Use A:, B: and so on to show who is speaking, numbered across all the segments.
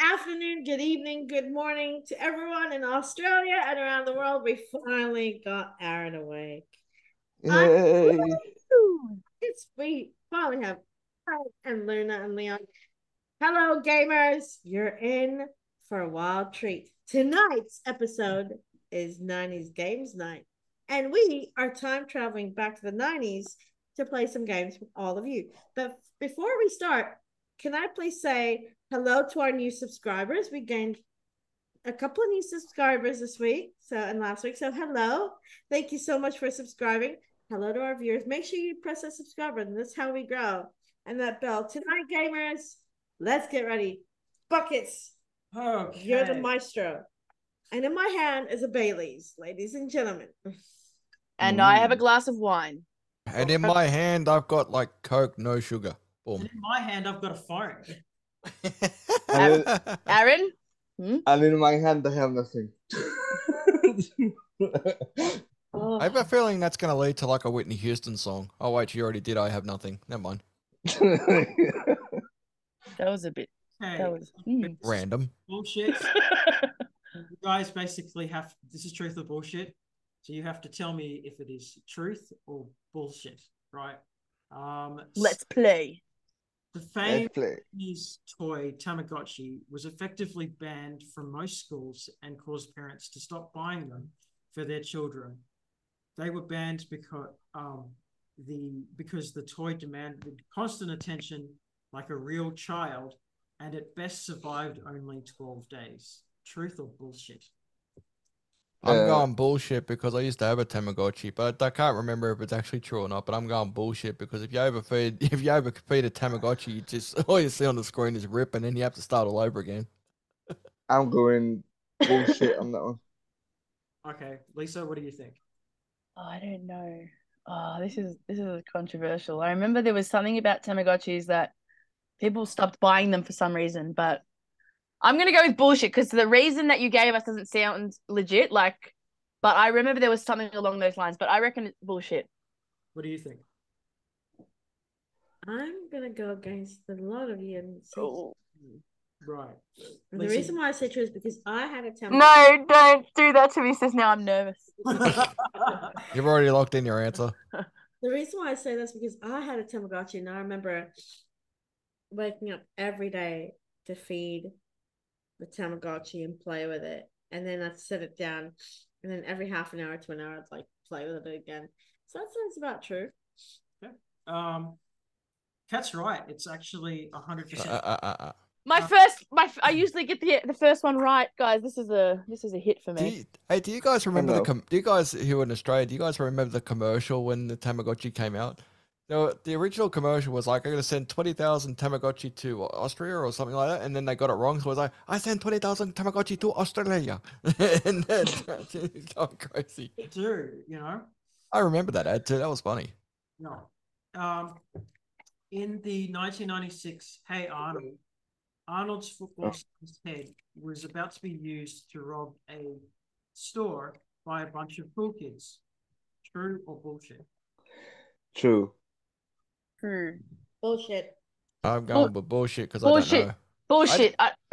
A: afternoon, good evening, good morning to everyone in Australia and around the world. We finally got Aaron awake.
B: Yay.
A: It's we finally have Aaron and Luna and Leon. Hello, gamers. You're in for a wild treat. Tonight's episode is 90s Games Night, and we are time traveling back to the 90s to play some games with all of you. But before we start, can I please say hello to our new subscribers? We gained a couple of new subscribers this week, so and last week. So hello, thank you so much for subscribing. Hello to our viewers. Make sure you press that subscribe button. That's how we grow. And that bell. Tonight, gamers, let's get ready. Buckets,
C: Okay.
A: you're the maestro. And in my hand is a Bailey's, ladies and gentlemen.
D: And I have a
B: Mm.
D: glass of wine.
B: And in my hand, I've got like Coke, no sugar.
C: And
B: Boom.
C: in my hand, I've got a phone.
B: and,
D: Aaron,
E: And in my hand, I have nothing.
A: Oh,
B: I have a feeling that's going to lead to like a Whitney Houston song. Oh, wait, you already did. I have nothing. Never mind.
D: that was a bit.
C: Okay.
D: That was. mm.
C: This is
B: Random.
C: Bullshit. you guys basically have this is truth or bullshit. So you have to tell me if it is truth or bullshit, right? Um, s-
D: Let's play.
C: the
E: Let's
C: famed
E: play.
C: Japanese toy Tamagotchi was effectively banned from most schools and caused parents to stop buying them for their children. They were banned because um, the because the toy demanded constant attention like a real child, and it best survived only twelve days. Truth or bullshit?
B: I'm
E: Uh,
B: going bullshit because I used to have a Tamagotchi, but I can't remember if it's actually true or not. But I'm going bullshit because if you overfeed, if you overfeed a Tamagotchi, you just all you see on the screen is rip, and then you have to start all over again.
E: I'm going bullshit on that one.
C: Okay, Lisa, what do you think?
D: Oh, I don't know. Oh, this is this is controversial. I remember there was something about Tamagotchis that people stopped buying them for some reason, but I'm gonna go with bullshit because the reason that you gave us doesn't sound legit. Like, but I remember there was something along those lines. But I reckon it's bullshit.
C: What do you think?
A: I'm gonna go against a lot of you and say
D: Oh.
C: Right.
A: And the
C: Listen.
A: reason why I say true is because I had a temper.
D: No, don't do that to me, sis. Now I'm nervous.
B: You've already locked in your answer.
A: The reason why I say this because I had a Tamagotchi and I remember waking up every day to feed the Tamagotchi and play with it. And then I'd set it down. And then every half an hour to an hour, I'd like play with it again. So that sounds about true.
C: um, Kat's right. It's actually hundred
B: Uh,
C: percent.
B: uh, uh, uh.
D: My
C: Uh,
D: first, my f- I usually get the the first one right, guys. This is a this is a hit for
B: Do
D: me.
B: you, hey, do you guys remember the
E: Hello.
B: com- do you guys here in Australia, do you guys remember the commercial when the Tamagotchi came out? No, the original commercial was like, I'm gonna send twenty thousand Tamagotchi to Austria or something like that, and then they got it wrong, so it was like, I send twenty thousand Tamagotchi to Australia, and then it's going crazy.
C: They do, you know?
B: I remember that ad too. That was funny.
C: No. Um, in the 1996 Hey Arnold, Arnold's football son's head was about to be used to rob a store by a bunch of cool kids. True or bullshit?
E: True.
D: True.
A: Bullshit.
B: I'm
D: Bull-
B: going with bullshit because I don't
D: Bullshit.
B: know.
D: Bullshit. I,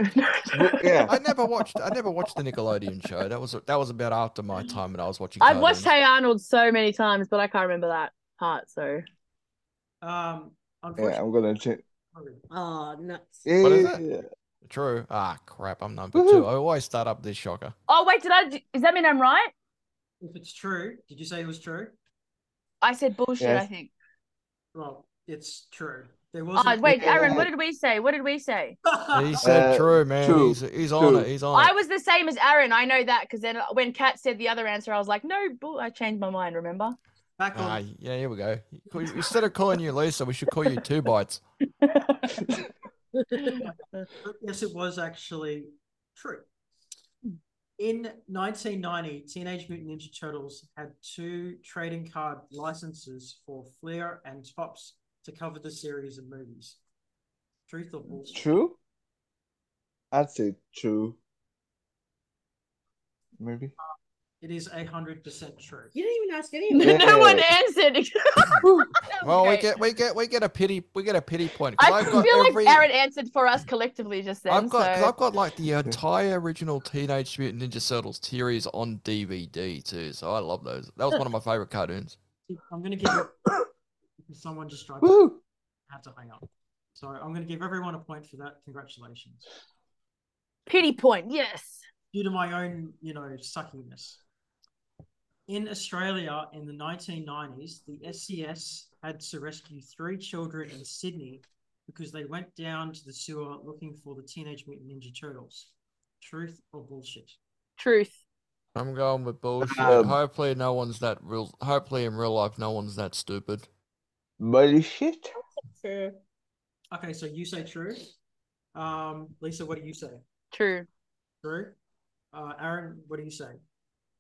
E: But yeah,
B: I never watched. I never watched the Nickelodeon show. That was that was about after my time, and I was watching.
D: I've watched
B: cartoons.
D: Hey Arnold so many times, but I can't remember that part. So
C: Um,
E: yeah,
C: unfortunately,
E: I'm gonna change.
A: Oh, nuts.
E: Yeah,
B: What is
E: yeah,
B: it?
E: yeah.
B: True. Ah, crap. I'm number two.
E: Woohoo.
B: I always start up this shocker.
D: oh wait, did I? do- Does that mean I'm right?
C: if it's true, did you say it was true?
D: I said bullshit.
E: Yes.
D: I think.
C: Well, it's true. There was.
D: Oh wait,
E: Yeah.
D: Aaron, what did we say? What did we say?
B: He said
E: Uh,
B: true, man.
E: true,
B: He's he's on
E: true.
B: it. He's on
D: I
B: it.
D: was the same as Aaron. I know that because then when Kat said the other answer, I was like, no, bull. I changed my mind. Remember?
C: Back
B: Ah,
C: on.
B: yeah, here we go. You call- Instead of calling you Lisa, we should call you Two Bites.
C: Yes, it was actually true. In 1990, Teenage Mutant Ninja Turtles had two trading card licenses for Flair and Tops to cover the series and movies. Truth or bullshit?
E: True. I'd say true. Maybe.
C: It is a hundred percent true.
A: You didn't even ask any of
D: No,
A: them.
E: Yeah.
D: one answered. That was
B: Well, we
D: great.
B: get we get we get a pity we get a pity point. 'cause
D: I
B: I've got
D: feel like
B: every-
D: Aaron answered for us collectively just then.
B: I've got, 'cause
D: so
B: I've got like the entire original Teenage Mutant Ninja Turtles series on DVD too, so I love those. That was one of my favorite cartoons.
C: I'm gonna give you- someone just tried to
E: Woo!
C: had to hang up. So I'm gonna give everyone a point for that. Congratulations.
D: pity point. Yes.
C: due to my own, you know, suckiness. In Australia in the 1990s, the SCS had to rescue three children in Sydney because they went down to the sewer looking for the Teenage Mutant Ninja Turtles. Truth or bullshit?
D: Truth.
B: I'm going with bullshit.
E: Um,
B: hopefully, no one's that real. Hopefully, in real life, no one's that stupid.
E: Bullshit.
A: True.
C: Okay, so you say true. Um, Lisa, what do you say?
D: True.
C: True. Uh, Aaron, what do you say?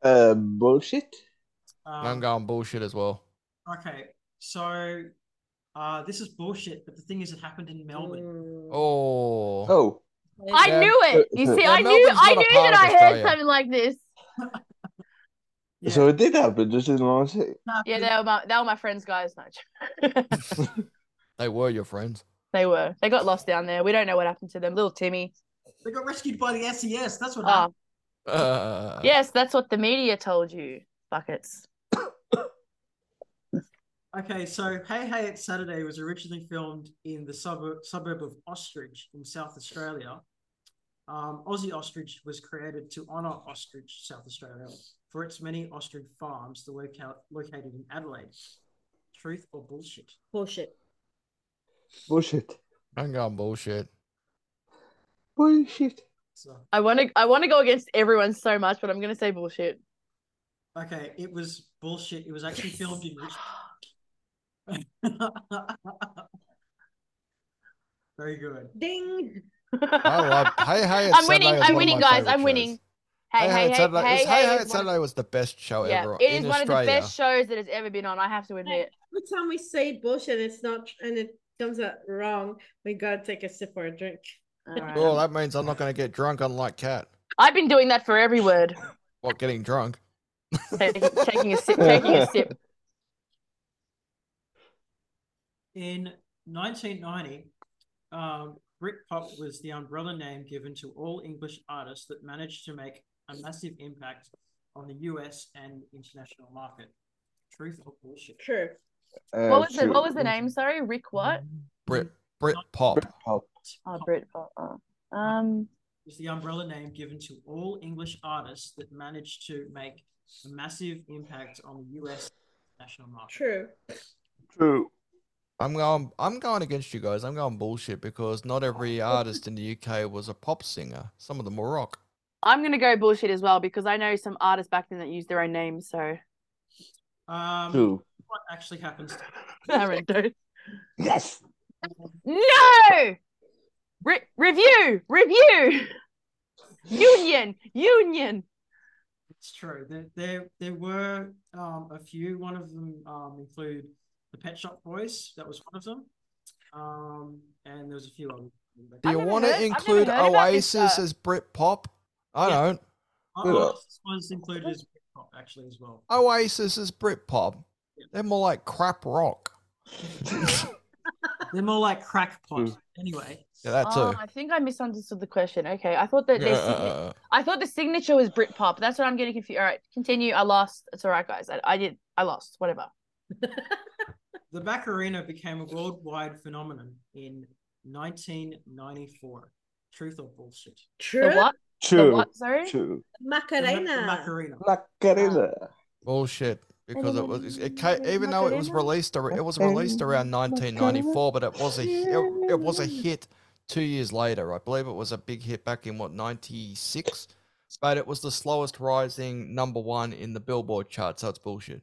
E: Uh, bullshit.
C: Um,
B: And I'm going bullshit as well.
C: okay, so uh, this is bullshit, but the thing is, it happened in Melbourne.
A: Mm.
B: Oh,
E: Oh,
D: I
B: Yeah.
D: knew it. You see,
E: Yeah,
D: I knew
B: Melbourne's
D: I
B: not a
D: knew
B: part
D: that
B: of
D: I
B: Australia.
D: heard something like this.
C: Yeah.
E: so it did happen just in Long City.
D: Yeah, they were my, they were my friends, guys. No,
B: they were your friends.
D: they were. They got lost down there. We don't know what happened to them. Little Timmy.
C: They got rescued by the SES. That's what
D: Ah,
C: happened.
B: Uh,
D: yes, that's what the media told you. Buckets.
C: Okay, so Hey Hey It's Saturday was originally filmed in the suburb, suburb of Ostrich in South Australia. Um, Aussie Ostrich was created to honour Ostrich, South Australia, for its many ostrich farms the loca- located in Adelaide. Truth or bullshit?
A: Bullshit.
E: Bullshit.
B: I'm going bullshit.
E: Bullshit.
C: So,
D: I want to. I want to go against everyone so much, but I'm going to say bullshit.
C: okay, it was bullshit. It was actually filmed in Richmond. Very good.
A: Ding.
B: I love. Oh, Hey, hey, it's
D: I'm winning,
B: Saturday
D: I'm
B: was one of
D: winning,
B: my
D: guys,
B: favorite
D: I'm winning.
B: shows.
D: Hey, hey,
B: it's
D: hey,
B: Saturday,
D: hey,
B: it's-
D: hey,
B: hey,
D: it's
B: it's
D: one of-
B: Saturday was the best show
D: yeah,
B: ever.
D: it is
B: in
D: one of the
B: Australia.
D: best shows that has ever been on. I have to admit.
A: Every time we say bullshit, it's not, and it comes out wrong. We gotta take a sip or a drink.
D: Alright.
B: Well, that means I'm not going to get drunk, unlike Cat.
D: I've been doing that for every word.
B: What getting drunk?
D: Taking, taking a sip, taking a sip.
C: In 1990, um, Britpop was the umbrella name given to all English artists that managed to make a massive impact on the US and international market. Truth or bullshit?
A: True.
E: Uh,
D: What was the
E: shoot.
D: What was the name? Sorry, Rick. What?
B: Brit Brit Pop.
E: Pop.
D: Oh, Brit. Oh, oh. Um,
C: Was the umbrella name given to all English artists that managed to make a massive impact on the US and international market?
A: True.
E: True.
B: I'm going. I'm going against you guys. I'm going bullshit because not every artist in the UK was a pop singer. Some of them were rock.
D: I'm gonna go bullshit as well because I know some artists back then that used their own names. So
C: Um,
E: True.
C: What actually happens to
D: Aaron, don't.
E: Yes.
D: No! Re- review! Review! Union! Union!
C: It's true. There, there, there were um, a few. One of them um, include the Pet Shop Boys. That was one of them. Um, and there was a few others.
B: Do
D: I've
B: you
D: never
B: want
D: heard-
B: to
D: I've never
B: include
D: heard about this,
B: Oasis
D: uh,
B: as Brit Pop? I
C: Yeah.
B: don't.
C: Oh, this one's included as Pet Shop actually as well.
B: Oasis is Brit Pop.
C: Yeah.
B: They're more like crap rock.
C: They're more like crackpot.
E: Mm.
C: Anyway,
B: Yeah, that
D: Oh,
B: too.
D: I think I misunderstood the question. Okay, I thought that their signa-
B: Yeah. uh,
D: I thought the signature was Britpop. That's what I'm getting confused. All right, continue. I lost. It's all right, guys. I, I did. I lost. Whatever.
C: the Macarena became a worldwide phenomenon in 1994. Truth or bullshit?
A: True.
D: The what? The
E: True.
D: what? Sorry.
E: True.
C: The Ma- the
A: Macarena.
C: Macarena.
D: Oh.
E: Macarena.
B: Bullshit. Because it was it ca-
D: Macarena,
B: even though it was
D: Macarena.
B: released ar- it was released around 1994, but it was a hi- it, it was a hit two years later. I believe it was a big hit back in what 96, but it was the slowest rising number one in the Billboard chart. So it's bullshit.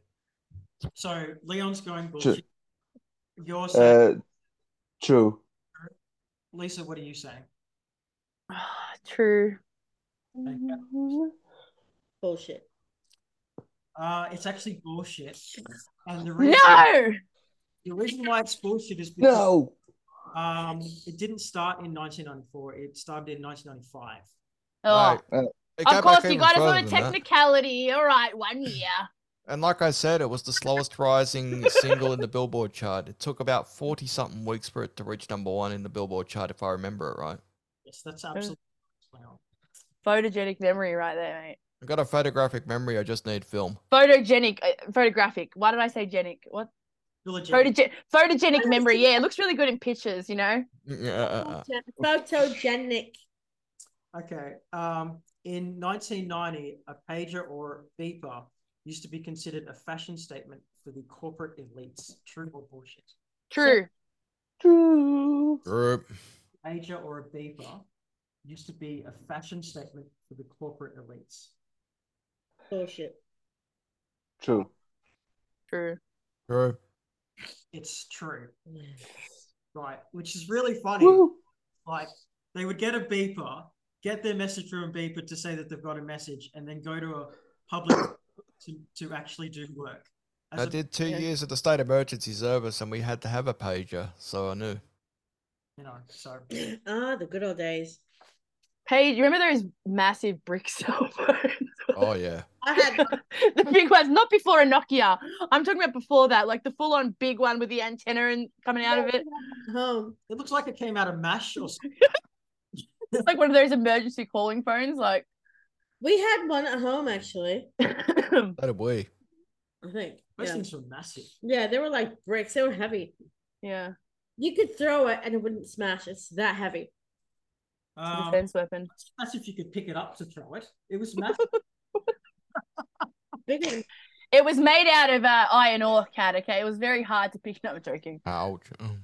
C: So Leon's going bullshit. You're saying,
E: Uh, true.
C: Lisa, what are you saying?
D: Ah, True.
A: Bullshit.
C: Uh, it's actually bullshit. And the reason,
D: No.
C: the reason why it's bullshit is because
E: No.
C: um, it didn't start in 1994. It started in 1995.
D: Oh,
B: Like, It
D: Of
B: got back
D: course, you
B: even
D: guys
B: further
D: want a
B: than that.
D: technicality. All right, one year.
B: And like I said, it was the slowest rising single in the Billboard chart. It took about 40 something weeks for it to reach number one in the Billboard chart, if I remember it right.
C: Yes, that's
E: Oh.
C: absolutely wow.
D: Photogenic memory, right there, mate.
B: I've got a photographic memory, I just need film.
D: Photogenic, uh, photographic. Why did I say genic? What
C: Diligent.
D: photogenic? Photogenic memory. Yeah, it looks really good in pictures. You know.
B: Mm, yeah, uh, uh, uh.
A: Photogenic.
C: Okay. Um, in 1990, a pager or beeper used to be considered a fashion statement for the corporate elites. True or bullshit?
D: True.
E: True.
B: Group.
C: Pager or a beeper used to be a fashion statement for the corporate elites.
A: Bullshit.
E: True.
D: True.
B: Group.
C: It's true, right? Which is really funny.
E: Woo.
C: Like they would get a beeper, get their message from a beeper to say that they've got a message, and then go to a public to, to actually do work. As
B: I
C: a-
B: did two
D: Yeah.
B: years at the State Emergency Service and we had to have a pager, so I knew.
C: you know, so
A: Ah, the good old days.
D: Paige, you remember those massive brick cell phones?
B: Oh, yeah.
A: I had
D: the big ones, not before a Nokia. I'm talking about before that, like the full on big one with the antenna and coming out of it.
A: home.
C: it looks like it came out of Mash or something.
D: It's like one of those emergency calling phones. Like,
A: We had one at home actually.
D: I
B: So did we.
A: I think.
C: Those
A: Yeah.
C: things were massive.
A: yeah, they were like bricks. They were heavy.
D: yeah, it's
A: You could throw it and it wouldn't smash. It's that heavy.
D: a
C: Um,
D: defense weapon.
C: that's if you could pick it up to throw it. It was massive.
A: Bigger than
D: It was made out of uh, iron ore, cat. Okay, it was very hard to pick it up. I'm joking.
B: Ouch. Mm.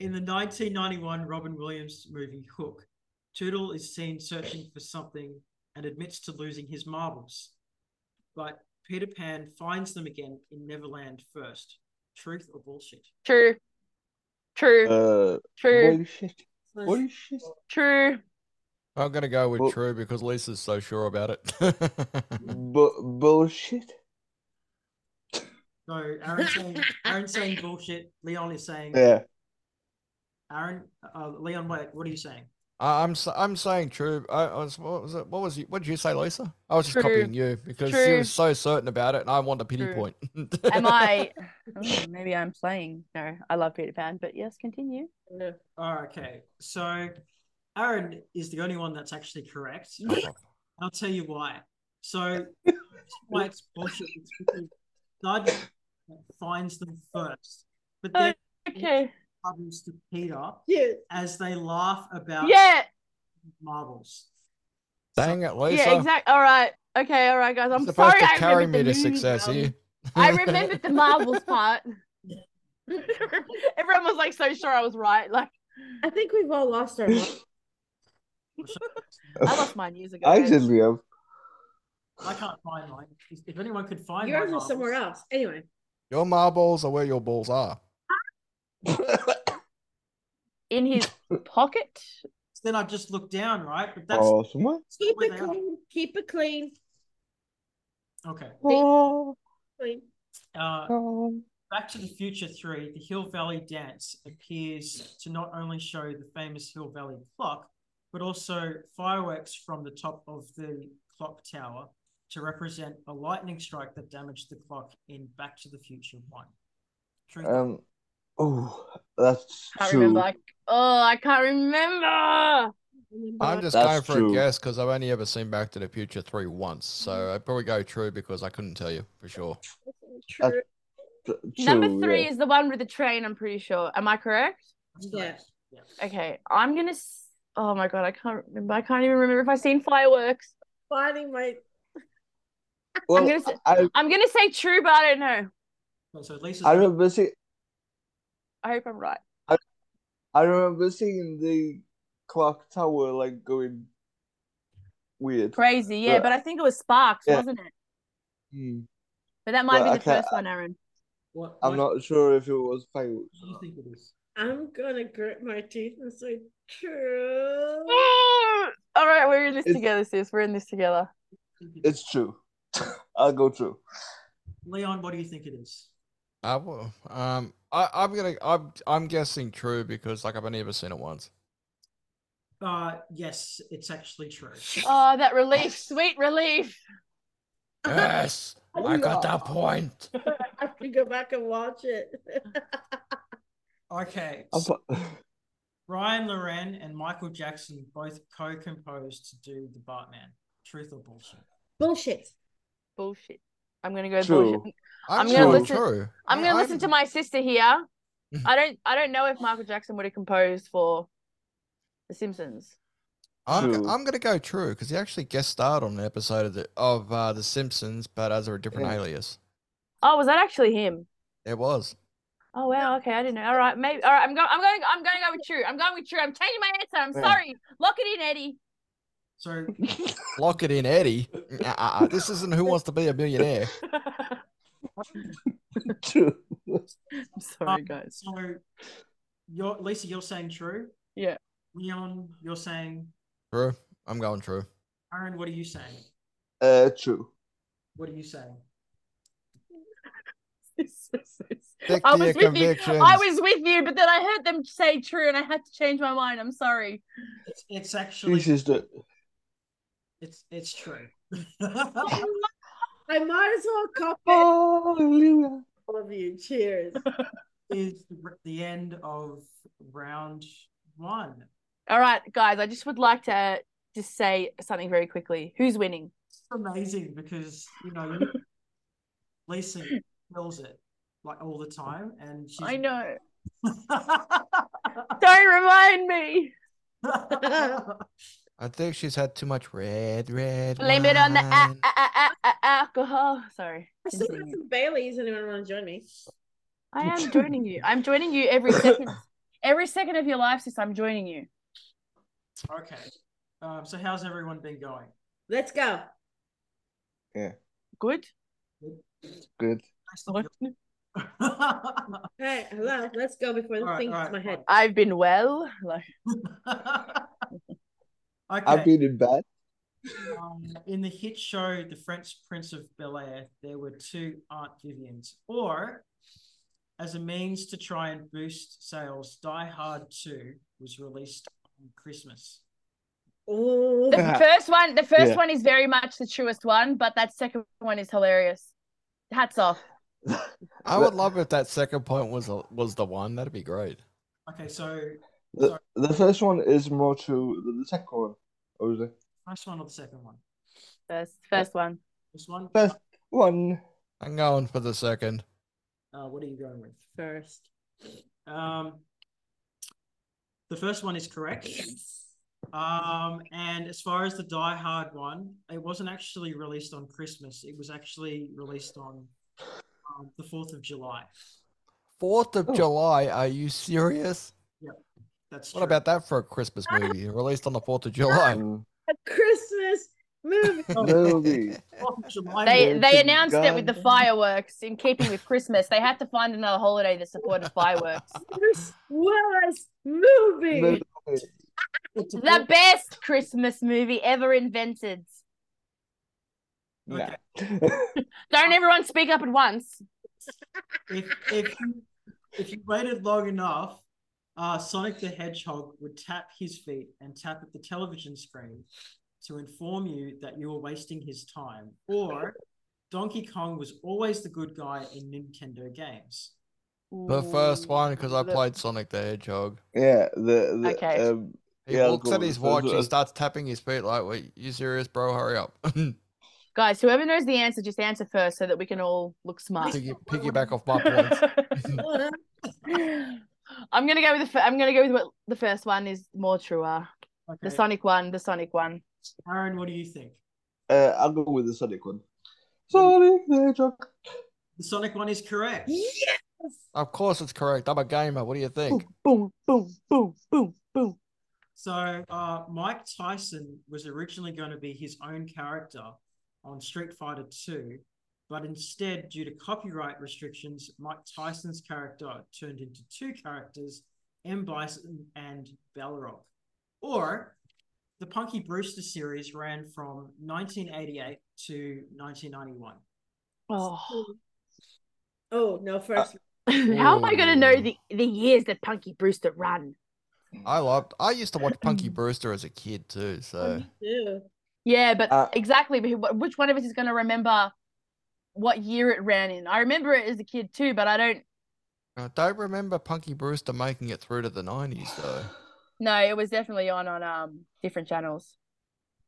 C: In the 1991 Robin Williams movie Hook, Toodle is seen searching for something and admits to losing his marbles. But Peter Pan finds them again in Neverland first. Truth or bullshit?
D: True, true,
E: Uh,
D: true,
E: bullshit. Bullshit.
D: true.
B: I'm going to go with
E: Well-
B: true because Lisa's so sure about it.
E: Bu- bullshit.
C: So Aaron saying, Aaron saying bullshit. Leon is saying,
E: Yeah.
C: Aaron, uh, Leon, wait, what are you saying?
B: I- I'm s- I'm saying true. I, I was what was it? What was you? What did you say, Lisa? I was just
D: True.
B: copying you because you
D: True.
B: was so certain about it, and I want a pity
D: True.
B: point.
D: Am I? Oh, maybe I'm playing. No, I love Peter Pan, but yes, continue.
C: Oh, okay. So Aaron is the only one that's actually correct. I'll tell you why. So why it's bullshit is because Dud finds them first, but then
D: Okay.
C: comes to Peter
A: Cute.
C: as they laugh about
D: Yeah.
C: marbles.
B: Dang it, Lisa!
D: Yeah. Exactly. All right. Okay. All right, guys.
B: You're
D: I'm
B: supposed
D: sorry.
B: to
D: I
B: carry
D: remembered
B: me
D: the
B: to
D: moon
B: success
D: one.
B: here.
D: I remembered the marbles part. Everyone was like so sure I was right. Like
A: I think we've all lost our mind.
D: I lost mine years ago.
E: I
D: guys.
E: did, Liam.
C: I can't find mine. If anyone could find my
A: Yours are somewhere
C: marbles-
A: else. Anyway.
B: Your marbles are where your balls are.
D: in his pocket.
C: then I've just looked down, right? But that's
E: oh, someone.
C: that's not
A: Keep
C: where
A: it
C: they are.
A: clean. Keep it clean.
C: Okay.
E: Oh,
A: Clean.
C: Uh,
E: oh.
C: Back to the Future 3, the Hill Valley Dance appears to not only show the famous Hill Valley clock, but also fireworks from the top of the clock tower to represent a lightning strike that damaged the clock in Back to the Future 1. Truth or-
E: Um. Oh, that's
D: Can't
E: true.
D: remember. Like, oh, I can't remember.
B: I'm
E: That's
B: just going for
E: true.
B: a guess because I've only ever seen Back to the Future three once,
D: Mm-hmm.
B: so I'd probably go true because I couldn't tell you for sure.
A: True.
E: Th-
D: Number
E: true,
D: three
E: yeah.
D: is the one with the train. I'm pretty sure. Am I correct?
C: That's correct. Yeah.
D: Okay. I'm gonna. s- Oh my god, I can't remember. I can't even remember if I've seen fireworks.
A: Finding my
E: Well,
D: gonna say-
E: I,
D: I'm gonna say true, but I don't know.
C: So- So Lisa's
E: I remember seeing
D: I hope I'm right.
E: I remember seeing the clock tower like going weird.
D: Crazy, yeah.
E: But-
D: But I think it was Sparks,
E: Yeah.
D: wasn't it?
E: Hmm.
D: But that might
E: But
D: be
E: I
D: the
E: can't-
D: first one, Aaron.
C: what,
E: I'm
C: what
E: not sure if it was fireworks.
C: do you think it is?
A: I'm gonna grit my teeth and say true.
D: All right, we're in this
E: It's-
D: together, sis. We're in this together.
C: Think it is?
E: It's true. I'll go true.
C: Leon, what do you think it is?
B: I will. Um, I, I'm gonna. I'm. I'm guessing true because like I've only ever seen it once.
C: Uh, yes, it's actually true.
D: Oh, that relief, sweet relief.
B: Yes, I got that point.
A: I have to go back and watch it.
C: Okay.
E: I'll
C: so
E: put-
C: Ryan Loren and Michael Jackson both co-composed to do the Bartman. Truth or bullshit?
A: Bullshit.
D: Bullshit. I'm gonna go
E: True.
D: bullshit.
B: I'm,
D: I'm gonna
B: sure
D: listen-
B: true.
D: I'm gonna listen to my sister here. I don't I don't know if Michael Jackson would have composed for The Simpsons.
B: I'm,
E: True.
B: I'm gonna go true because he actually guest starred on an episode of the of uh, The Simpsons, but as a different
E: Yeah.
B: alias.
D: Oh, was that actually him?
B: It was.
D: Oh wow, okay, I didn't know. All right, maybe all right, I'm going I'm going I'm gonna go with true. I'm going with true. I'm changing my answer. I'm
E: Yeah.
D: sorry. Lock it in, Eddie.
C: So
B: Lock it in, Eddie. Uh-uh, this isn't Who Wants to Be a Millionaire.
E: True.
D: I'm
C: sorry,
D: guys.
C: So you're Lisa, you're saying true?
D: Yeah.
C: Leon, you're saying
B: True. I'm going true.
C: Aaron, what are you saying?
E: Uh, true.
C: What are you saying?
D: I
B: Stick to
D: was
B: your
D: with you.
B: convictions.
D: I was with you, but then I heard them say true and I had to change my mind. I'm sorry.
C: It's, it's actually
E: Choose is the
C: it's it's true.
A: I might as well copy
E: Oh.
A: it.
E: Hallelujah.
A: all of you. Cheers.
C: Is the- the end of round one.
D: All right, guys, I just would like to just say something very quickly. Who's winning?
C: It's amazing because you know you- Lisa kills it like all the time, and she's
D: I know. Don't remind me.
B: I think she's had too much red, red.
D: Blame it on the uh, a-
B: wine.
D: a- a- a- a- uh, alcohol. Sorry.
A: I still got
D: Continue.
A: some Baileys. Anyone want to join me?
D: I am joining you. I'm joining you every second. Every second of your life, sis, I'm joining you.
C: okay. Um, so how's everyone been going?
A: Let's go.
D: Good?
E: Good.
C: all
A: All right, hello. Let's go before the
C: All right,
A: thing
C: all
A: hits my
C: right,
A: head.
D: I've been well. Like
C: okay.
E: I've been in bed.
C: um, in the hit show The French Prince of Bel Air, there were two Aunt Vivians. Or, as a means to try and boost sales, Die Hard 2 was released on Christmas.
A: Ooh.
D: the
E: Yeah.
D: first one, the first
E: Yeah.
D: one is very much the truest one, but that second one is hilarious. Hats off.
B: I would love if that second point was the- was the one. That'd be great.
C: Okay, so
E: The, the first one is more true than the second one. Or is it?
C: first one or the second one?
D: First first one.
C: This one? Uh,
E: First one.
B: I'm going for the second.
C: Uh, what are you going with?
A: First.
C: Um, the first one is correct. Um, and as far as the Die Hard one, it wasn't actually released on Christmas. It was actually released on um, the 4th of July.
B: Fourth of
E: Oh.
B: July. Are you serious?
C: That's
B: What
C: true.
B: about that for a Christmas movie released on the Fourth of July?
E: Mm.
A: A Christmas movie.
E: Oh, Movie.
C: 4th of July
D: They
E: Yeah,
D: they
E: to
D: announced it with the
E: God.
D: fireworks in keeping with Christmas. They had to find another holiday that supported fireworks.
A: Christmas movie.
E: Movie.
C: It's a
D: the best Christmas movie ever invented.
E: Nah.
D: Don't everyone speak up at once.
C: if if you, if you waited long enough, uh, Sonic the Hedgehog would tap his feet and tap at the television screen to inform you that you were wasting his time. Or Donkey Kong was always the good guy in Nintendo games.
B: The first one because I played Sonic the Hedgehog.
E: Yeah, the, the
D: Okay.
E: um,
B: He
E: Yeah,
B: looks
E: go
B: at
E: on,
B: his
E: so-
B: watch.
E: so-
B: He starts tapping his feet like, "Wait, you serious, bro? Hurry up!" to
D: Guys, whoever knows the answer, just answer first so that we can all look smart.
B: get piggyback off my points.
D: I'm gonna go with the fir- I'm gonna go with what the first one is more truer. The
C: Okay,
D: Sonic one, the Sonic one.
C: Aaron, what do you think?
E: uh, I'll go with the Sonic one. Sonic the Hedgehog.
C: The Sonic one is correct.
A: Yes.
B: Of course, it's correct. I'm a gamer. What do you think?
D: Boom, boom, boom, boom, boom.
C: So uh, Mike Tyson was originally going to be his own character on Street Fighter 2, but instead, due to copyright restrictions, Mike Tyson's character turned into two characters, M. Bison and Balrog. Or the Punky Brewster series ran from 1988 to 1991.
D: Oh.
A: Oh no, first.
D: How am I gonna know
B: Ooh.
D: the, the years that Punky Brewster ran?
B: I loved. I used to watch Punky Brewster as a kid too. So
A: Ew.
D: Yeah, but
E: Uh,
D: exactly. But wh- which one of us is going to remember what year it ran in? I remember it as a kid too, but I don't.
B: I Uh, don't remember Punky Brewster making it through to the nineties though.
D: No, it was definitely on on um different channels,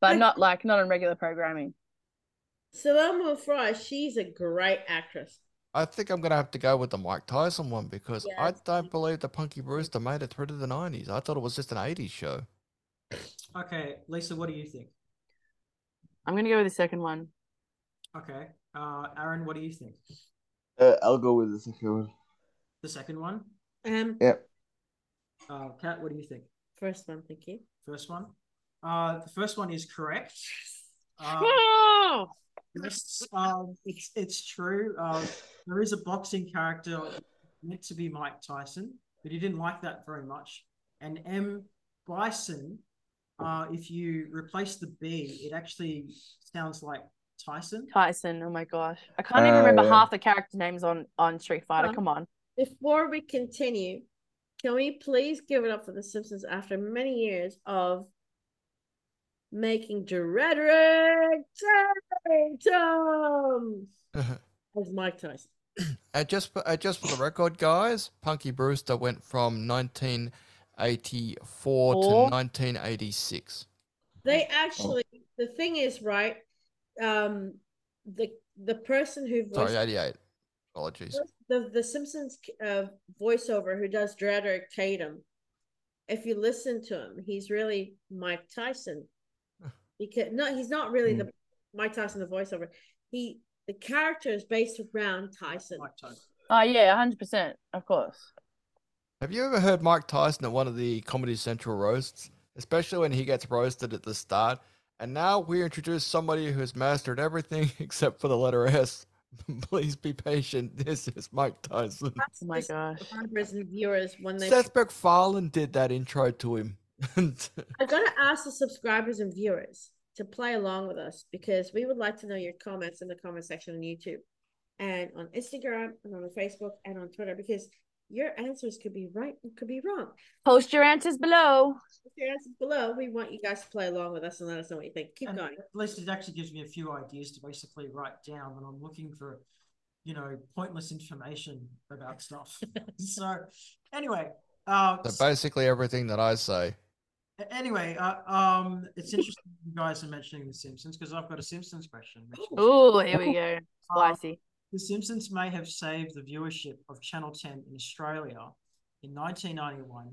D: but not like not on regular programming.
A: Saloma Frost, she's a great actress.
B: I think I'm gonna have to go with the Mike Tyson one because
A: Yeah,
B: I
A: it's-
B: don't believe that Punky Brewster made it through to the nineties. I thought it was just an eighties show.
C: Okay, Lisa, what do you think?
D: I'm going to go with the second one.
C: Okay, uh, Aaron, what do you think?
E: Uh, I'll go with the second one.
C: The second one.
A: Um,
C: Uh, Kat, what do you think?
A: first one, thank you.
C: First one. Uh, the first one is correct. Um,
D: Oh,
C: yes, um, it's, it's true. Um, there is a boxing character meant to be Mike Tyson, but he didn't like that very much. And M. Bison, uh, if you replace the B, it actually sounds like Tyson.
D: Tyson. Oh my gosh, I can't even
E: Oh,
D: remember
E: yeah.
D: half the character names on on Street Fighter.
A: Huh?
D: Come on.
A: Before we continue, can we please give it up for The Simpsons after many years of making Dreadrick Tatum as Mike Tyson?
B: And just for, and just for the record, guys, Punky Brewster went from 1984 to
D: Four.
B: 1986.
A: They actually, the thing is, right? Um, the the person who voiced
B: Sorry, 88. Apologies.
A: the the Simpsons uh, voiceover who does Dredrick Tatum. If you listen to him, he's really Mike Tyson. Because no, he's not really
D: Hmm.
A: the Mike Tyson the voiceover. He the character is based around Tyson.
C: Mike Tyson.
D: Oh yeah, hundred percent, of course.
B: Have you ever heard Mike Tyson at one of the Comedy Central roasts? Especially when he gets roasted at the start. And now we introduce somebody who's mastered everything except for the letter S. Please be patient. This is Mike Tyson.
A: That's
D: Oh my
A: just
D: gosh.
A: subscribers and viewers when they.
B: Seth MacFarlane did that intro to him.
A: I'm gonna ask the subscribers and viewers to play along with us because we would like to know your comments in the comment section on YouTube and on Instagram and on Facebook and on Twitter because your answers could be right and could be wrong.
D: Post your answers below.
A: If your answers below, we want you guys to play along with us and let us know what you think. Keep
C: And
A: going.
C: at least it actually gives me a few ideas to basically write down when I'm looking for, you know, pointless information about stuff. so, anyway, uh,
B: so basically everything that I say.
C: a- anyway, uh, um, it's interesting you guys are mentioning The Simpsons because I've got a Simpsons question. which is,
D: Oh, here we go.
C: uh,
D: Spicy.
C: the Simpsons may have saved the viewership of Channel 10 in Australia in 1991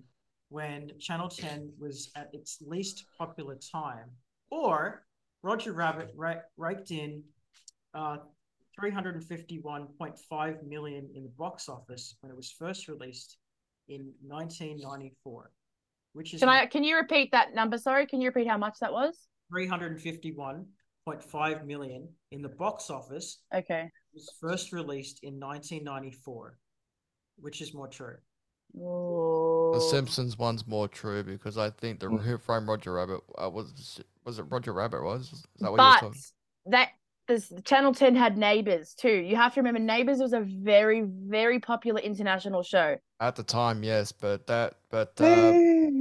C: when Channel 10 was at its least popular time, or Roger Rabbit ra- raked in uh, 351.5 million in the box office when it was first released in 1994, which is
D: Can I? Can you repeat that number? Sorry, can you repeat how much that was?
C: 351.5 million in the box office
D: Okay.
C: was first released in 1994, which is more true.
B: The
D: The
B: Simpsons one's more true because I think the
E: Mm.
B: Who Framed Roger Rabbit uh, was was it Roger Rabbit was is that what you were
D: But
B: talking?
D: that this Channel Ten had Neighbours too. You have to remember Neighbours was a very very popular international show.
B: At the time, yes, but that but uh,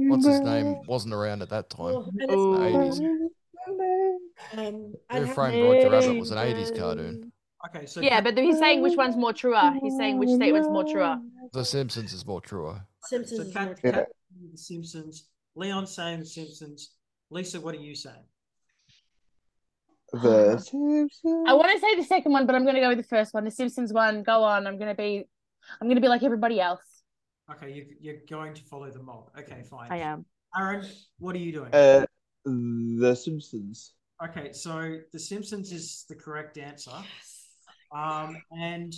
B: what's his name wasn't around at that time.
A: Oh, and it's-
B: The 80s.
A: um, I
B: Who
A: have-
B: Framed Roger Rabbit was an 80s cartoon.
C: Okay, so
D: Yeah, but he's saying which one's more truer. He's saying which statement's more truer.
B: The Simpsons is more truer.
A: Simpsons
C: so
A: is
C: Kat,
A: more-
E: Yeah.
C: Kat saying the Simpsons, Leon saying the Simpsons. Lisa, what are you saying?
E: The Ah, Simpsons.
D: I want to say the second one, but I'm going to go with the first one. The Simpsons one. Go on. I'm going to be. I'm going to be like everybody else.
C: Okay, you, you're going to follow the mob. Okay, fine.
D: I am.
C: Aaron, what are you doing?
E: Uh, the Simpsons.
C: okay, so The Simpsons is the correct answer. Um, and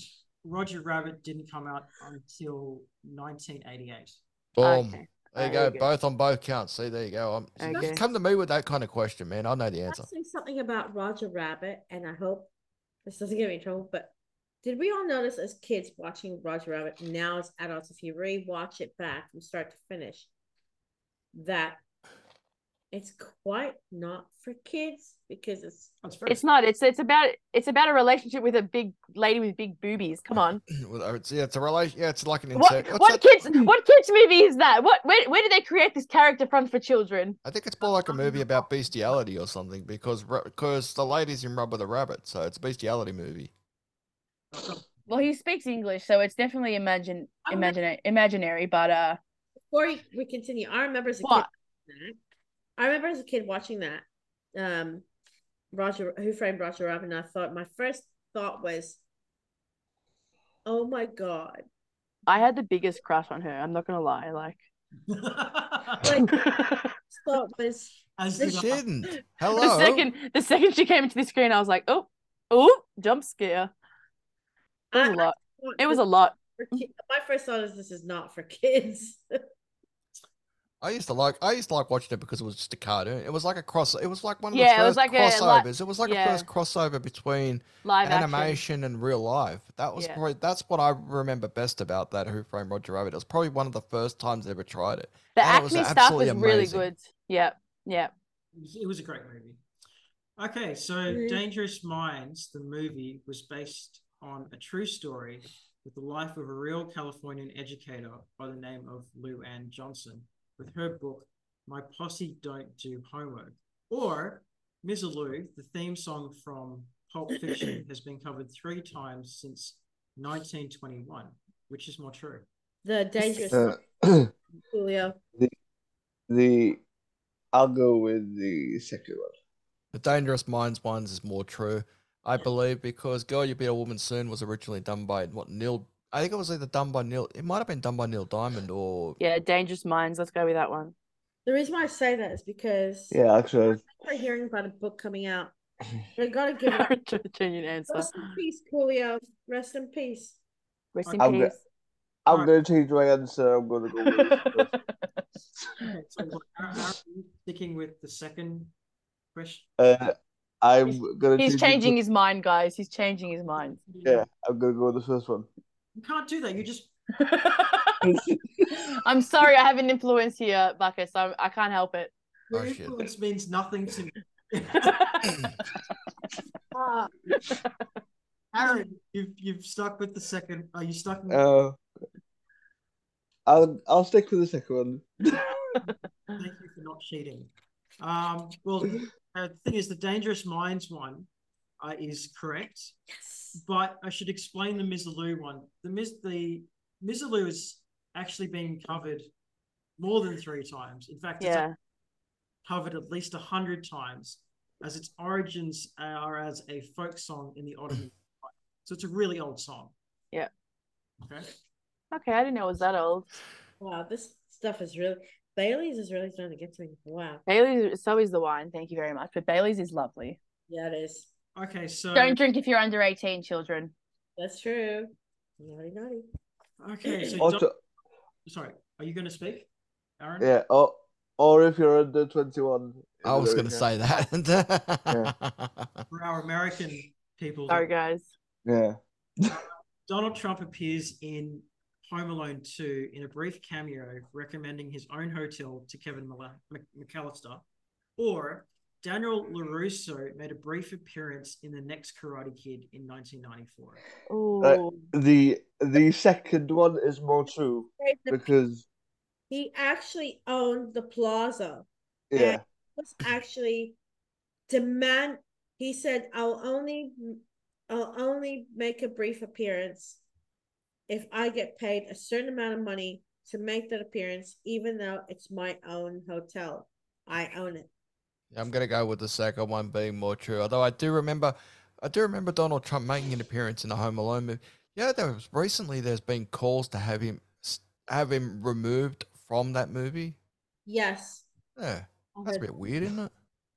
C: Roger Rabbit didn't come out until 1988.
B: Boom.
D: Okay.
B: There
D: There
B: you go.
D: we go.
B: Both on both counts. See, there you go. I'm, see,
D: Okay.
B: Come to me with that kind of question, man. I know the
A: Can
B: answer.
A: I say something about Roger Rabbit, and I hope this doesn't get me in trouble, but did we all notice as kids watching Roger Rabbit now as adults, if you rewatch it back from start to finish, that It's quite not for kids because it's
C: That's very
D: It's not. It's it's about it's about a relationship with a big lady with big boobies. Come on.
B: Well, I would say uh, it's a relation. Yeah, it's like an
D: What
B: insect. What's
D: what
B: that?
D: kids what kids movie is that? What where where did they create this character from for children?
B: I think it's more like a movie about bestiality or something because because the lady's in Rubber the Rabbit, so it's a bestiality movie.
D: Well, he speaks English, so it's definitely imagine
A: I remember-
D: imagine imaginary. But uh,
A: before we- we continue, I remember as a
D: What?
A: kid. watching that. I remember as a kid watching that. Um, Roger, who framed Roger Rabbit, and I thought my first thought was, "Oh my god!"
D: I had the biggest crush on her. I'm not gonna lie. Like,
A: Like thought was,
C: As
B: They
C: did I.
B: didn't.
D: the
B: Hello.
D: second the second she came into the screen, I was like, oh oh, jump scare. It was
A: I-
D: a lot.
A: thought
D: It was a
A: this
D: lot.
A: for ki- My first thought is, "This is not for kids."
B: I used to like I used to like watching it because it was just a cartoon. It was like a cross. It was like one of
D: Yeah,
B: the
D: it was
B: first
D: like a li-
B: crossovers. it was like
D: yeah.
B: a first crossover between
D: Live action.
B: animation and real life. That was
D: Yeah.
B: probably that's what I remember best about that Who Framed Roger Rabbit. It was probably one of the first times they ever tried it.
D: The
B: and it was
D: Acme stuff
B: absolutely
D: was really
B: amazing.
D: good. Yeah, yeah.
C: It was- It was a great movie. Okay, so
A: Mhm.
C: Dangerous Minds, the movie, was based on a true story with the life of a real Californian educator by the name of Lou Ann Johnson, with her book, My Posse Don't Do Homework. Or Ms. Lou, the theme song from Pulp Fiction, has been covered three times since 1921, which is more true.
A: The dangerous
E: Uh,
A: Julio.
E: the I'll go with the second one.
B: The Dangerous Minds ones is more true,
D: Hmm.
B: I believe, because Girl You Be a Woman Soon was originally done by what Neil I think it was either done by Neil it might have been done by Neil Diamond or
D: Yeah, Dangerous Minds. Let's go with that one.
A: The reason why I say that is because
E: Yeah, actually,
A: we're hearing about a book coming out. They gotta give it.
D: Genuine answer.
A: Rest in peace, Coolio. Rest in peace.
D: Rest in
E: I'll go-
D: peace.
E: I'm
C: Alright.
E: gonna change my answer. I'm gonna go with the first.
C: Okay, so are, are we sticking with the second question?
E: Uh, I'm gonna.
D: He's
E: change it
D: changing his mind, guys. He's changing his mind.
E: to- Yeah, I'm gonna go with the first one.
C: You can't do that. You just
D: I'm sorry, I have an influence here, Buckus. So I can't help it.
B: Oh,
C: Your
B: shit.
C: influence means nothing to me.
A: Ah,
C: Aaron, you've you've stuck with the second. Are you stuck? With,
E: Uh, I'll I'll stick with the second one.
C: thank you for not cheating. Um, well, uh, the thing is, the Dangerous Minds one uh, is correct,
A: yes.
C: but I should explain the Mizzaloo one. The Miz the Mizzaloo has actually been covered more than three times. In fact, it's
D: Yeah.
C: covered at least a hundred times, as its origins are as a folk song in the Ottoman. Empire. So it's a really old song.
D: Yeah.
C: Okay.
D: Okay, I didn't know it was that old.
A: Wow, this stuff is really Bailey's is really starting to get to me. Wow.
D: Bailey's so is the wine. Thank you very much. But Bailey's is lovely.
A: Yeah, it is.
C: Okay. So
D: Don't drink if you're under 18, children.
A: That's true. Naughty naughty.
C: okay. So
E: Also,
C: Don- sorry. Are you going to speak, Aaron?
E: yeah, or or if you're under twenty one.
B: I was gonna say that.
C: For our American people,
D: Sorry, guys.
E: Yeah.
C: Donald Trump appears in Home Alone 2 in a brief cameo recommending his own hotel to Kevin Mala- Mc- McAllister, or Daniel LaRusso made a brief appearance in The Next Karate Kid in 1994.
D: Ooh.
E: The the second one is more true
A: Save the-
E: because
A: He actually owned the plaza.
E: yeah,
A: was actually demand he said i'll only i'll only make a brief appearance if i get paid a certain amount of money to make that appearance even though it's my own hotel i own it
B: Yeah, I'm gonna go with the second one being more true. Although I do remember, I do remember Donald Trump making an appearance in the Home Alone movie. Yeah, there was recently. There's been calls to have him s- have him removed from that movie.
A: yes
B: Yeah, that's a bit weird, isn't it?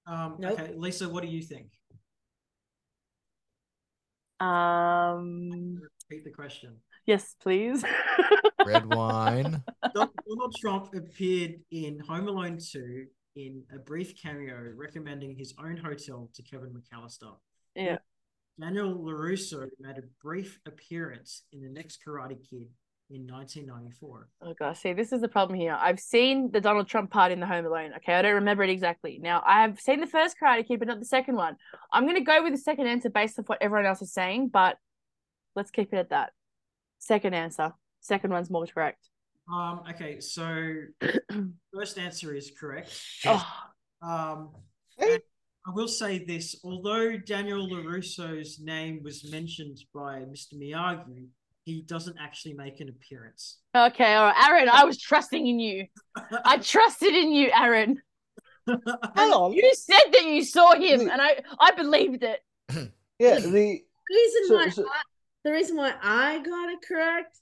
C: Um,
A: Nope.
C: Okay, Lisa, what do you think?
D: Um.
C: Repeat the question.
D: Yes, please.
B: Red wine.
C: Don- Donald Trump appeared in Home Alone 2 in a brief cameo recommending his own hotel to Kevin McAllister.
D: yeah.
C: Daniel LaRusso made a brief appearance in The Next Karate Kid in 1994.
D: Oh gosh, see, this is the problem here. I've seen the Donald Trump part in the Home Alone. Okay, I don't remember it exactly. Now I have seen the first Karate Kid, but not the second one. I'm gonna go with the second answer based off what everyone else is saying, but let's keep it at that. Second answer. Second one's more correct.
C: Um, okay, so first answer is correct.
D: oh,
C: Um,
A: Hey.
C: and I will say this: although Daniel Larusso's name was mentioned by Mr. Miyagi, he doesn't actually make an appearance.
D: okay, all right, Aaron. I was trusting in you. I trusted in you, Aaron.
E: Hang on.
D: You said that you saw him,
E: Wait.
D: and I I believed it.
E: Yeah, the
A: The reason
E: So-
A: why
E: so-
A: I, the reason why I got it correct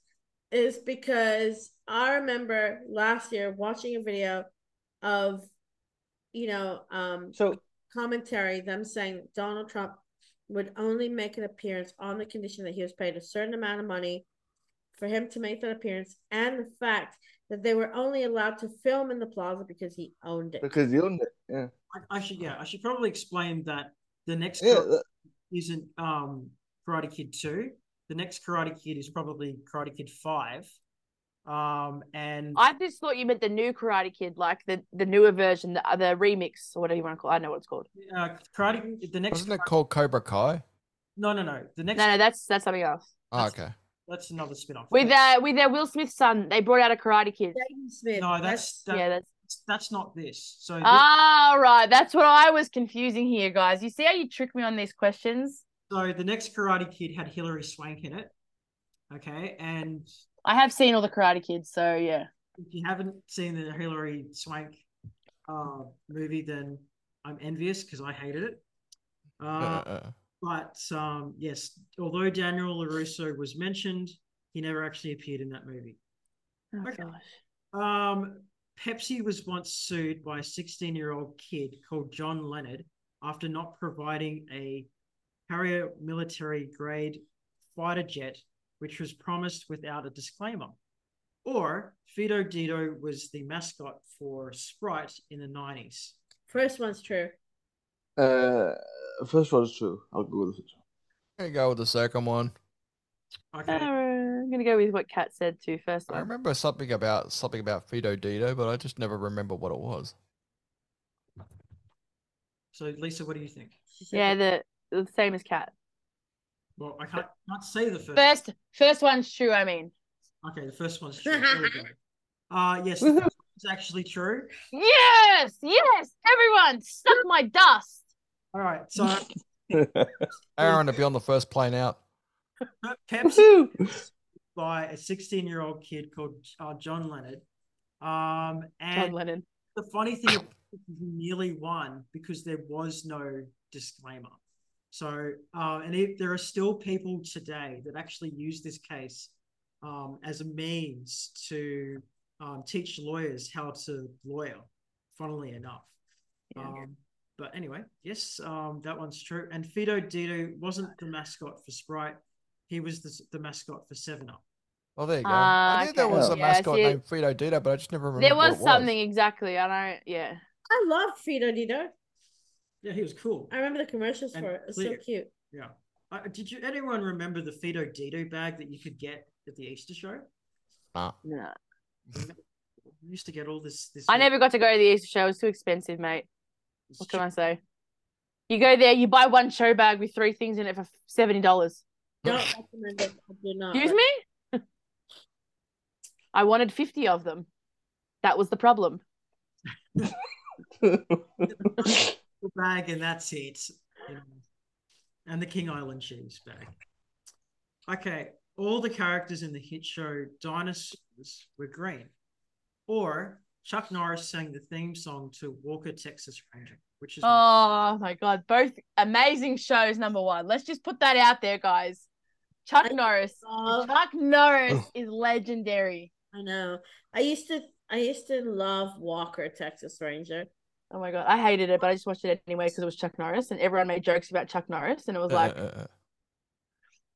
A: is because I remember last year watching a video of you know um
E: so
A: commentary them saying that Donald Trump would only make an appearance on the condition that he was paid a certain amount of money for him to make that appearance and the fact that they were only allowed to film in the plaza because he owned it.
E: because you owned it. Yeah,
C: I, I should, yeah, I should probably explain that the next
E: yeah.
C: Karate
E: That,
C: isn't um, Karate Kid two. The next Karate Kid is probably Karate Kid five. Um, and
D: I just thought you meant the new Karate Kid, like the the newer version, the the remix or whatever you want to call. it. I don't know what it's called.
C: uh, Karate, the next
B: Wasn't it called Cobra Kai?
C: no, no, no, the next
D: No, no, that's that's something else.
B: Oh, okay.
C: that's another spin off.
D: With uh with their Will Smith son, they brought out a Karate Kid.
A: Jaden Smith,
C: no, that's that,
D: yeah, that's
C: that's not this. So this-
D: Ah. all right. That's what I was confusing here, guys. You see how you trick me on these questions?
C: So the next Karate Kid had Hilary Swank in it. Okay, and
D: I have seen all the Karate Kids, so yeah.
C: if you haven't seen the Hilary Swank uh, movie, then I'm envious because I hated it.
B: Uh,
C: Uh,
B: uh,
C: but um, yes, although Daniel Larusso was mentioned, he never actually appeared in that movie.
D: Oh,
C: Okay.
D: gosh.
C: Um, Pepsi was once sued by a 16 year old kid called John Leonard after not providing a carrier military grade fighter jet, which was promised without a disclaimer. Or Fido Dido was the mascot for Sprite in the 90s.
A: first one's true.
E: uh, first one's true. I'll go with it.
B: I'm gonna go with the second one.
D: Uh,
C: Okay.
D: I'm gonna go with what Kat said too first.
B: I
D: One.
B: remember something about something about Fido Dido, but I just never remember what it was.
C: So, Lisa, what do you think?
D: Yeah, the the same as Kat.
C: Well, I can't, can't say the first.
D: First first one's true, I mean.
C: Okay, the first one's true. There we go. Uh, yes,
E: Woohoo.
C: it's actually true.
D: Yes, yes, everyone, suck my dust.
C: All right. So,
B: Aaron to be on the first plane out.
C: Pepsi
E: Woohoo!
C: by a 16 year old kid called uh, John Leonard. Um,
D: John
C: and
D: Lennon.
C: the funny thing is he nearly won because there was no disclaimer. So, uh, and it, there are still people today that actually use this case um, as a means to um, teach lawyers how to lawyer, funnily enough.
D: Yeah.
C: Um, but anyway, yes, um, that one's true. And Fido Dido wasn't the mascot for Sprite, he was the, the mascot for 7 Up.
B: Well, Oh, there you go.
D: Ah,
B: I knew there
D: okay.
B: was a
D: Yeah,
B: mascot
D: see-
B: named Fido Dido, but I just never remember.
D: There
B: what
D: was
B: it
D: something exactly. I don't. Yeah.
A: I love Frito Dito.
C: Yeah, he was cool.
D: Oh.
A: I remember the commercials
C: And
A: for it. It's so
C: clear.
A: cute.
C: Yeah. Uh, did you anyone remember the Fido Dido bag that you could get at the Easter show?
D: No.
C: We used to get all this. this
D: I never got to go to the Easter show. It was too expensive, mate. What can I say? You go there, you buy one show bag with three things in it for seventy dollars.
A: Don't recommend it. I do not.
D: Excuse me. I wanted fifty of them. That was the problem.
C: The bag and that's it. you know. And the King Island cheese bag. Okay, all the characters in the hit show Dinosaurs were green. Or Chuck Norris sang the theme song to Walker Texas Ranger, which is
D: Oh my god, both amazing shows. Number one, let's just put that out there, guys. Chuck
A: I
D: Norris.
A: love-
D: Chuck Norris is legendary.
A: I know. I used to I used to love Walker, Texas Ranger.
D: Oh my god, I hated it, but I just watched it anyway because it was Chuck Norris, and everyone made jokes about Chuck Norris, and it was
B: Uh,
D: like,
B: uh, uh.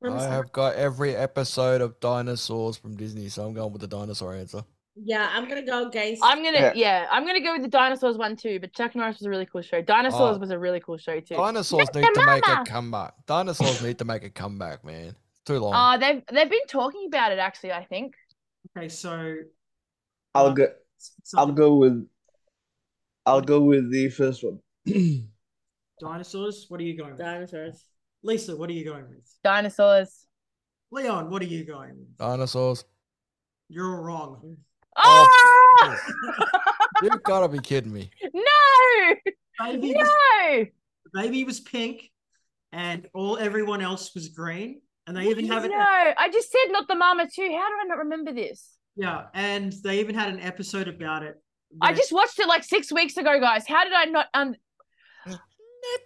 A: I'm
B: I
A: sorry.
B: have got every episode of dinosaurs from Disney, so I'm going with the dinosaur answer.
A: Yeah, I'm gonna go against
D: I'm gonna yeah.
E: Yeah.
D: I'm gonna go with the dinosaurs one too. But Chuck Norris was a really cool show. Dinosaurs
B: Oh.
D: was a really cool show too.
B: Dinosaurs
D: Mr.
B: need to make
D: Mama!
B: a comeback. Dinosaurs need to make a comeback, man. It's too long.
D: Oh. Uh, they've they've been talking about it actually. I think
C: Okay, so
E: I'll go.
C: so
E: I'll go with. I'll go with the first one.
C: dinosaurs. What are you going with?
A: Dinosaurs.
C: Lisa, what are you going with?
D: Dinosaurs.
C: Leon, what are you going with?
B: Dinosaurs.
C: You're wrong.
D: Oh,
B: You've got to be kidding me.
D: no!
C: Baby, was,
D: No!
C: baby was pink, and all everyone else was green, and they even have an
D: No, I just said not the mama too. How do I not remember this?
C: yeah, and they even had an episode about it.
D: I
C: where-
D: just watched it like six weeks ago, guys. How did I not? Um,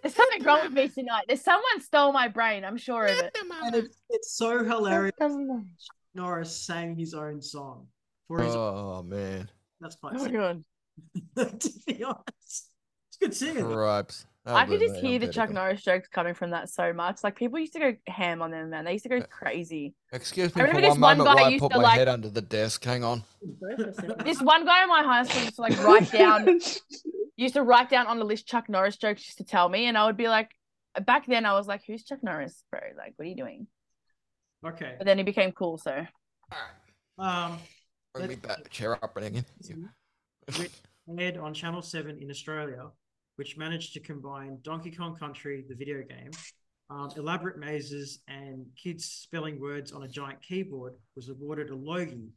D: there's something wrong with me tonight. There's someone stole my brain. I'm sure of it.
C: and it, it's so hilarious. Norris sang his own song for his.
B: Oh man,
C: That's
D: Oh
C: quite
D: my
C: sick,
D: god!
C: to be honest. It's good singing. though.
B: cripes.
D: I could just hear the Chuck Norris jokes coming from that so much. Like people used to go ham on them, man. They used to go crazy. I
B: Excuse me for
D: remember
B: one
D: this one
B: moment
D: guy
B: while I
D: used
B: put
D: to
B: my
D: like-
B: head under the desk. Hang on.
D: This one guy in my high school used to like write down, used to write down on the list Chuck Norris jokes just to tell me, and I would be like, back then I was like, who's Chuck Norris, bro? Like, what are you doing?
C: Okay.
D: But then he became cool, so.
C: Um,
B: Bring me
C: Let's-
B: back. Chair up and again. You-
C: aired on Channel 7 in Australia, which managed to combine Donkey Kong Country, the video game, um, elaborate mazes, and kids spelling words on a giant keyboard, was awarded a Logie.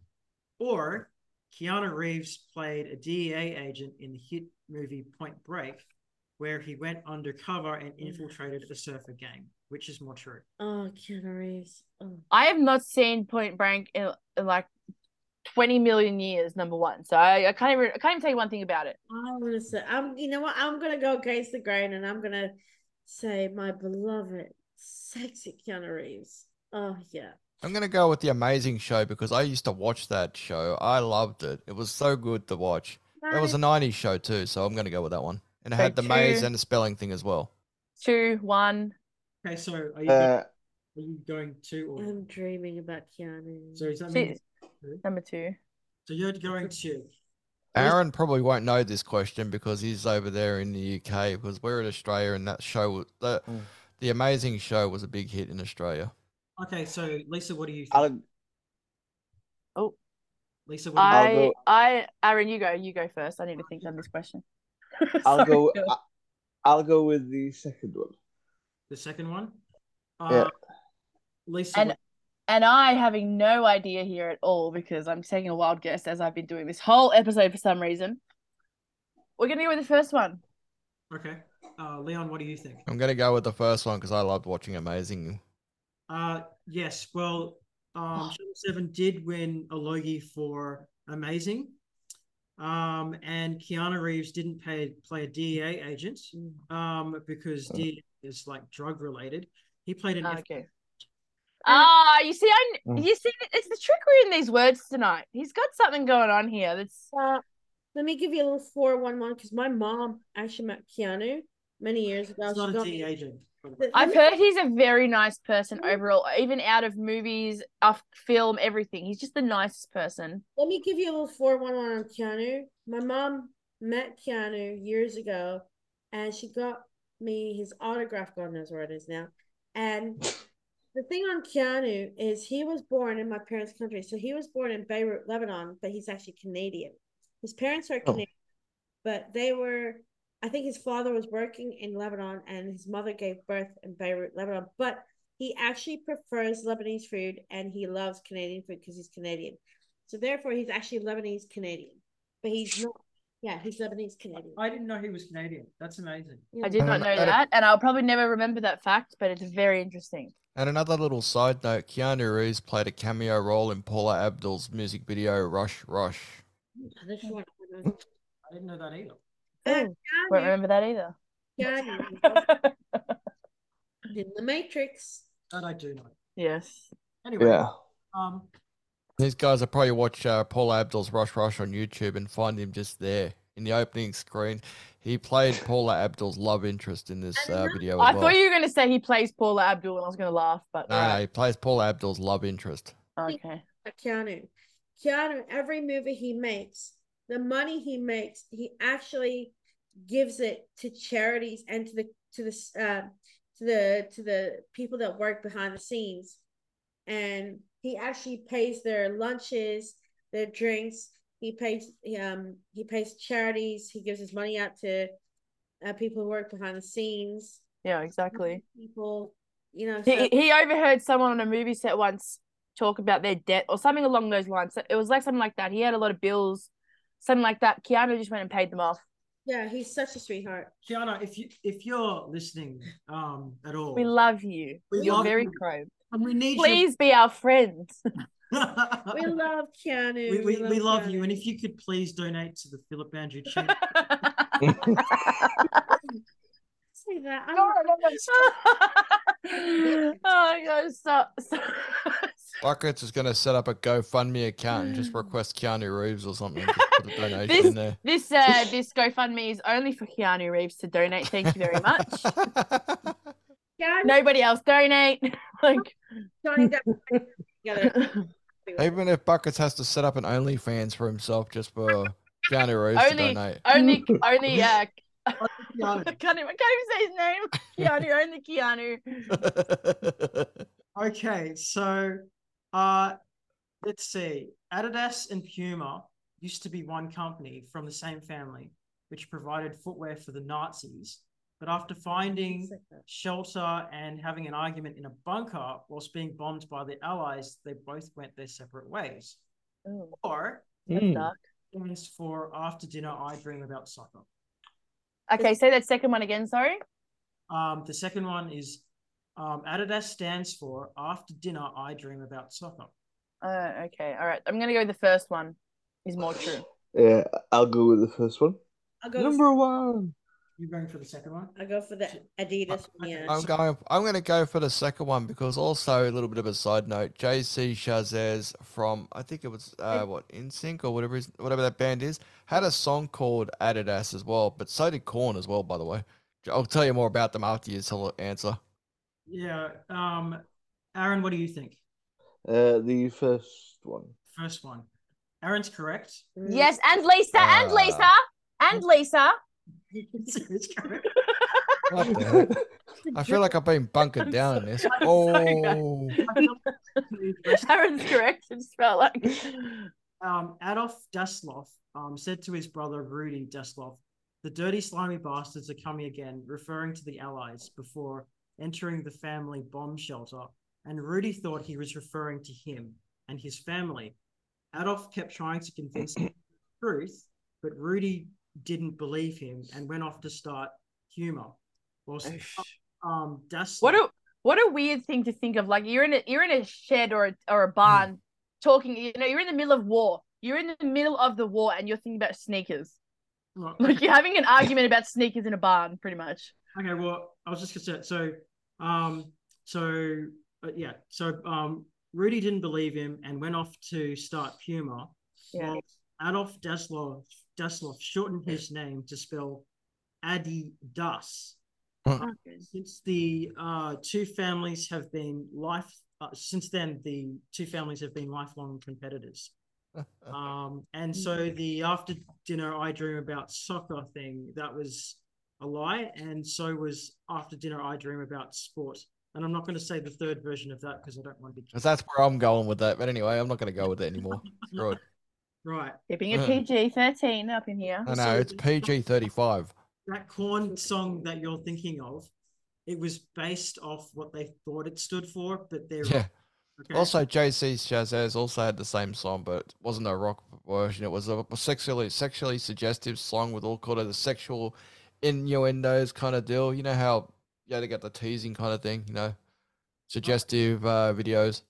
C: Or Keanu Reeves played a DEA agent in the hit movie Point Break, where he went undercover and infiltrated a surfer gang, which is more true.
A: Oh, Keanu Reeves. Oh.
D: I have not seen Point Blank in, in like twenty million years. Number one, so I, I can't even I can't even tell you one thing about it.
A: I'm gonna say I'm you know what I'm gonna go against the grain and I'm gonna say my beloved sexy Keanu Reeves. Oh yeah.
B: I'm gonna go with the amazing show because I used to watch that show. I loved it. It was so good to watch. It was a '90s show too, so I'm gonna go with that one. And it
D: So
B: had the maze
D: two-
B: and the spelling thing as well.
D: Two, one.
C: Okay, so are you,
E: Uh,
C: are you going to, or,
A: I'm dreaming about Keanu.
C: so is that mean,
D: See, number two.
C: so you're going to, Where's-
B: Aaron probably won't know this question because he's over there in the UK because we're in Australia and that show was- the
E: Mm.
B: the amazing show was a big hit in Australia.
C: okay, so Lisa, what do you think?
E: I'll,
C: Lisa, what do you
E: I'll
D: I,
E: go-
D: I, Aaron, you go. You go first. I need to think on this question.
E: I'll
D: Sorry,
E: go.
D: Phil.
E: I- I'll go with the second one.
C: The second one?
E: Yeah.
C: Uh, Lisa,
D: And
C: what-
D: and I having no idea here at all because I'm taking a wild guess as I've been doing this whole episode for some reason. We're gonna go with the first one.
C: okay. Uh, Leon, what do you think?
B: I'm gonna go with the first one because I loved watching Amazing.
C: Uh, yes, well,
D: Oh.
C: um, Channel 7 did win a Logie for Amazing. Um, and Keanu Reeves didn't pay, play a DEA agent
D: Mm.
C: um, because
E: Oh.
C: DEA is like drug related. He played an
D: Ah,
C: F-
D: okay. Ah, you see, I kn-
E: Mm.
D: you see, it's the trickery in these words tonight. He's got something going on here. That's
A: Uh, let me give you a little 411 because my mom actually met Keanu many years ago.
C: it's
A: She
C: not a
A: got-
C: DEA agent. by the way.
A: Let
D: I've
A: me-
D: heard he's a very nice person overall, even out of movies, off film, everything. He's just the nicest person.
A: Let me give you a little 411 on Keanu. My mom met Keanu years ago and she got me his autograph, God knows where it is now. And the thing on Keanu is he was born in my parents' country. So he was born in Beirut, Lebanon, but he's actually Canadian. His parents are
E: Oh.
A: Canadian, but they were, I think his father was working in Lebanon and his mother gave birth in Beirut, Lebanon. But he actually prefers Lebanese food and he loves Canadian food because he's Canadian. So therefore, he's actually Lebanese Canadian, but he's not. Yeah, he's Lebanese Canadian.
C: I didn't know he was Canadian. That's amazing.
A: Yeah.
D: I did
C: Mm.
D: not know that, and I'll probably never remember that fact, but it's very interesting.
B: And another little side note: Keanu Reeves played a cameo role in Paula Abdul's music video "Rush Rush."
A: This one.
C: I didn't know that either.
A: And
D: Won't
A: Keanu-
D: remember that either.
A: Keanu was in the Matrix.
C: That I do know.
D: yes.
C: Anyway,
E: Yeah.
C: um,
B: These guys will probably watch uh, Paul Abdul's Rush Rush on YouTube and find him just there in the opening screen. He played Paula Abdul's love interest in this
A: And
B: uh,
A: another-
B: video
D: I
B: as well.
D: thought you were going to say he plays Paula Abdul, and I was going to laugh, but
B: No, no, he plays Paul Abdul's love interest.
D: alright. okay.
A: at Keanu. Keanu, every movie he makes, the money he makes, he actually gives it to charities and to the to the s- uh, to the to the people that work behind the scenes, and he actually pays their lunches their drinks. He pays he, um he pays charities. He gives his money out to uh, people who work behind the scenes.
D: Yeah, exactly.
A: People, you know. so-
D: He, he overheard someone on a movie set once talk about their debt or something along those lines. So It was like something like that. He had a lot of bills, something like that. Keanu just went and paid them off.
A: yeah, he's such a sweetheart.
C: Kiana, if you if you're listening um at all,
D: We love you.
C: We
D: You're
C: love
D: very
C: you.
D: kind.
C: and we need
D: Please be our friends.
C: your-
A: We love Keanu.
C: we, we, we love you,
A: Keanu.
C: and if you could please donate to the Philip Andrew Chin.
A: say that, I'm
D: oh my gosh, stop. stop.
B: Buckets is going to set up a GoFundMe account and just request Keanu Reeves or something. Just put a donation
D: Hmm. This-
B: in there.
D: This uh this GoFundMe is only for Keanu Reeves to donate. Thank you very much.
A: Keanu,
D: Nobody else donate. like
A: Johnny Depp together.
B: Even if Buckets has to set up an OnlyFans for himself just for Keanu Reeves
D: Only-
B: to donate.
D: only only uh I
C: Kiana,
D: can't even, I can't even say his name. Keanu, only Keanu.
C: okay, so uh let's see. Adidas and Puma used to be one company from the same family, which provided footwear for the Nazis. But after finding shelter and having an argument in a bunker whilst being bombed by the Allies, they both went their separate ways.
D: Oh,
C: Or
D: that's
E: Hmm.
D: dark.
C: stands for after dinner, I dream about soccer.
D: Okay, say that second one again, sorry.
C: Um, the second one is um, Adidas stands for after dinner, I dream about soccer.
D: Uh, okay, all right. I'm gonna go with the first one. Is more true.
E: Yeah, I'll go with the first one.
A: I'll go.
E: Number one.
C: You're going for the second one?
A: I'll go for the
C: Uh,
A: Adidas. one, Yeah.
B: I'm going. I'm going to go for the second one because also a little bit of a side note. JC Chazez from I think it was uh, what InSync or whatever his, whatever that band is had a song called Adidas as well, but so did Corn as well. By the way, I'll tell you more about them after you tell the answer.
C: Yeah. Um, Aaron, what do you think?
E: Uh, the first one.
C: First one. Aaron's correct.
D: Yes, and Lisa, and
B: Ah.
D: Lisa, and Lisa.
C: It's correct.
B: What the heck? I feel like I've been bunkered
D: I'm
B: down in this.
D: sorry, I'm sorry, guys.
B: Oh,
D: Aaron's correct. It just felt like.
C: um, Adolf Dustloff um, said to his brother Rudy Dustloff, "The dirty, slimy bastards are coming again," referring to the Allies before entering the family bomb shelter. And Rudy thought he was referring to him and his family. Adolf kept trying to convince him of the truth, but Rudy didn't believe him and went off to start humor. Whilst um, Dustloff,
D: What a what a weird thing to think of. Like you're in a you're in a shed or a, or a barn, talking. You know, you're in the middle of war. You're in the middle of the war, and you're thinking about sneakers.
C: Look,
D: Like you're having an argument about sneakers in a barn, pretty much.
C: Okay, well, I was just gonna say so. Um, so but yeah, so um, Rudy didn't believe him and went off to start Puma.
D: Yeah.
C: Well, Adolf Daslov Dasloff shortened his name to spell Adi Das.
D: Oh,
C: Since the uh, two families have been life, uh, since then the two families have been lifelong competitors. Um, and so the after dinner I dream about soccer thing that was a lie, and so was after dinner I dream about sport. And I'm not going to say the third version of that because I don't want to be
B: 'Cause that's where I'm going with that. But anyway, I'm not going to go with it anymore. Screw it.
C: right.
D: Keeping it
B: Uh.
D: PG thirteen up in here.
B: I know it's PG thirty-five.
C: That corn song that you're thinking of, it was based off what they thought it stood for, but they're
B: Yeah.
C: okay?
B: Also, JC Chazez also had the same song, but it wasn't a rock version. It was a sexually sexually suggestive song with all kind of the sexual innuendos kind of deal. You know how you had to get the teasing kind of thing, you know, suggestive uh, videos.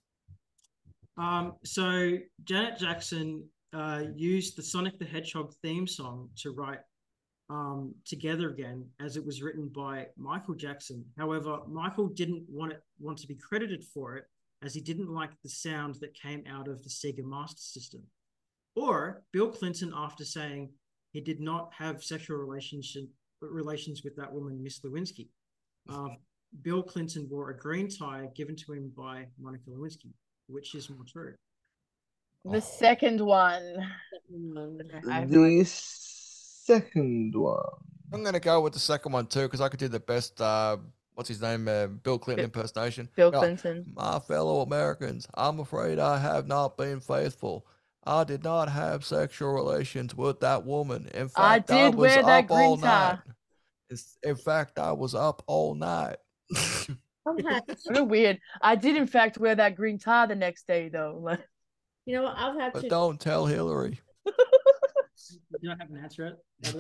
C: Um, so Janet Jackson uh, used the Sonic the Hedgehog theme song to write um, "Together Again," as it was written by Michael Jackson. However, Michael didn't want it want to be credited for it, as he didn't like the sound that came out of the Sega Master System. Or Bill Clinton, after saying he did not have sexual relationship relations with that woman, Miss Lewinsky. Uh, Bill Clinton wore a green tie given to him by Monica Lewinsky which is more true.
B: Oh,
D: The second one. I have no
E: The second one.
B: I'm gonna go with the second one too because I could do the best. Uh, what's his name? Uh, Bill Clinton
D: Bill-
B: impersonation. Oh,
D: Bill
B: Yeah.
D: Clinton.
B: My fellow Americans, I'm afraid I have not been faithful. I did not have sexual relations with that woman. In fact,
D: I
B: I,
D: did
B: was
D: wear that
B: up all
D: green tie.
B: night. It's- In fact, I was up all night.
A: Okay.
D: What a weird. I did in fact wear that green tie the next day though. Like,
A: You know what? I'll have
B: but
A: to
B: don't tell Hillary.
C: You don't have an answer it.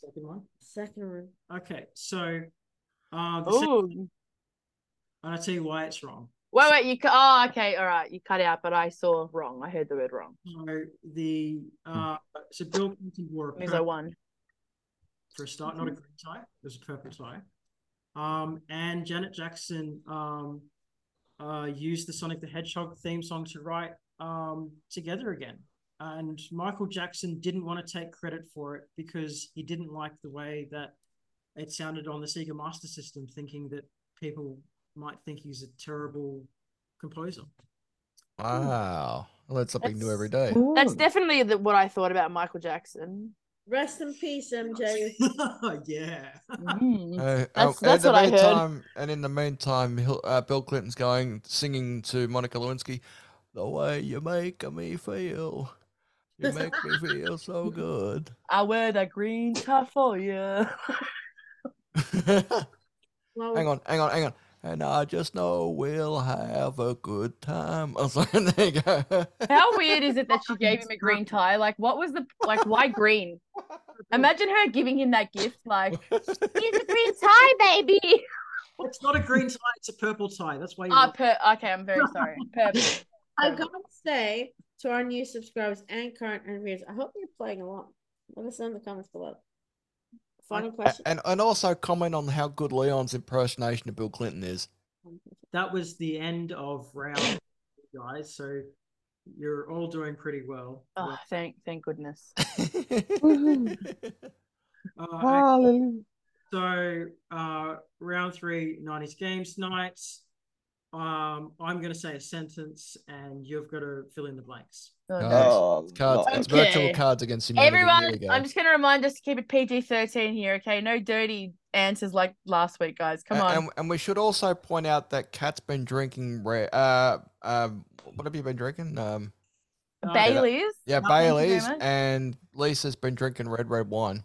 C: Second one.
A: second one.
C: Okay, so uh, the second,
D: oh,
C: and I'll tell you why it's wrong.
D: wait, wait. You. cu- Oh, okay. All right. You cut out, but I saw wrong. I heard the word wrong.
C: So the uh, so Bill Clinton wore a
D: Means I
C: purple
D: won.
C: for a start,
D: Mm-hmm.
C: not a green tie. It was a purple tie. Um, and Janet Jackson um, uh, used the Sonic the Hedgehog theme song to write um, Together Again. And Michael Jackson didn't want to take credit for it because he didn't like the way that it sounded on the Sega Master System, thinking that people might think he's a terrible composer.
B: Wow. I learn something new every day.
D: That's definitely the, what I thought about Michael Jackson.
A: Rest in peace, MJ.
C: yeah.
D: Mm.
B: Uh,
D: That's-
B: um,
D: that's what
B: in the
D: I heard.
B: meantime, and in the meantime, Hil- uh, Bill Clinton's going singing to Monica Lewinsky, "The way you make me feel, you make me feel so good."
D: I wear that green tie for you.
B: hang
A: Well,
B: on, hang on, hang on. And I just know we'll have a good time. I was like, there you go.
D: How weird is it that she gave him a green tie? Like, what was the like? Why green? Imagine her giving him that gift. Like, here's a green tie, baby.
C: It's not a green tie, it's a purple tie. That's why you
D: Ah, per- okay. I'm very sorry. Purple.
A: I gotta say to our new subscribers and current and viewers, I hope you're playing along. Let us know in the comments below. Final
B: A-
A: question.
B: and and also comment on how good Leon's impersonation of Bill Clinton is.
C: that was the end of round guys so you're all doing pretty well
D: Oh, thank thank goodness. Oh,
C: uh,
E: Hallelujah.
C: so uh round three 90s games nights um i'm going to say a sentence and you've got to fill in the blanks
D: Oh,
B: Uh,
D: no.
E: Oh,
B: cards, it's
D: Okay.
B: virtual cards against humanity. Here
D: Everyone,
B: we go.
D: I'm just gonna remind us to keep it PG-13 here, okay? No dirty answers like last week, guys. Come
B: A-
D: on.
B: And, and we should also point out that Kat's been drinking. Re- uh, um, what have you been drinking? Um,
C: Uh,
D: Bailey's.
B: yeah,
D: Oh, thank you very
B: Bailey's,
D: much.
B: and Lisa's been drinking red, red wine.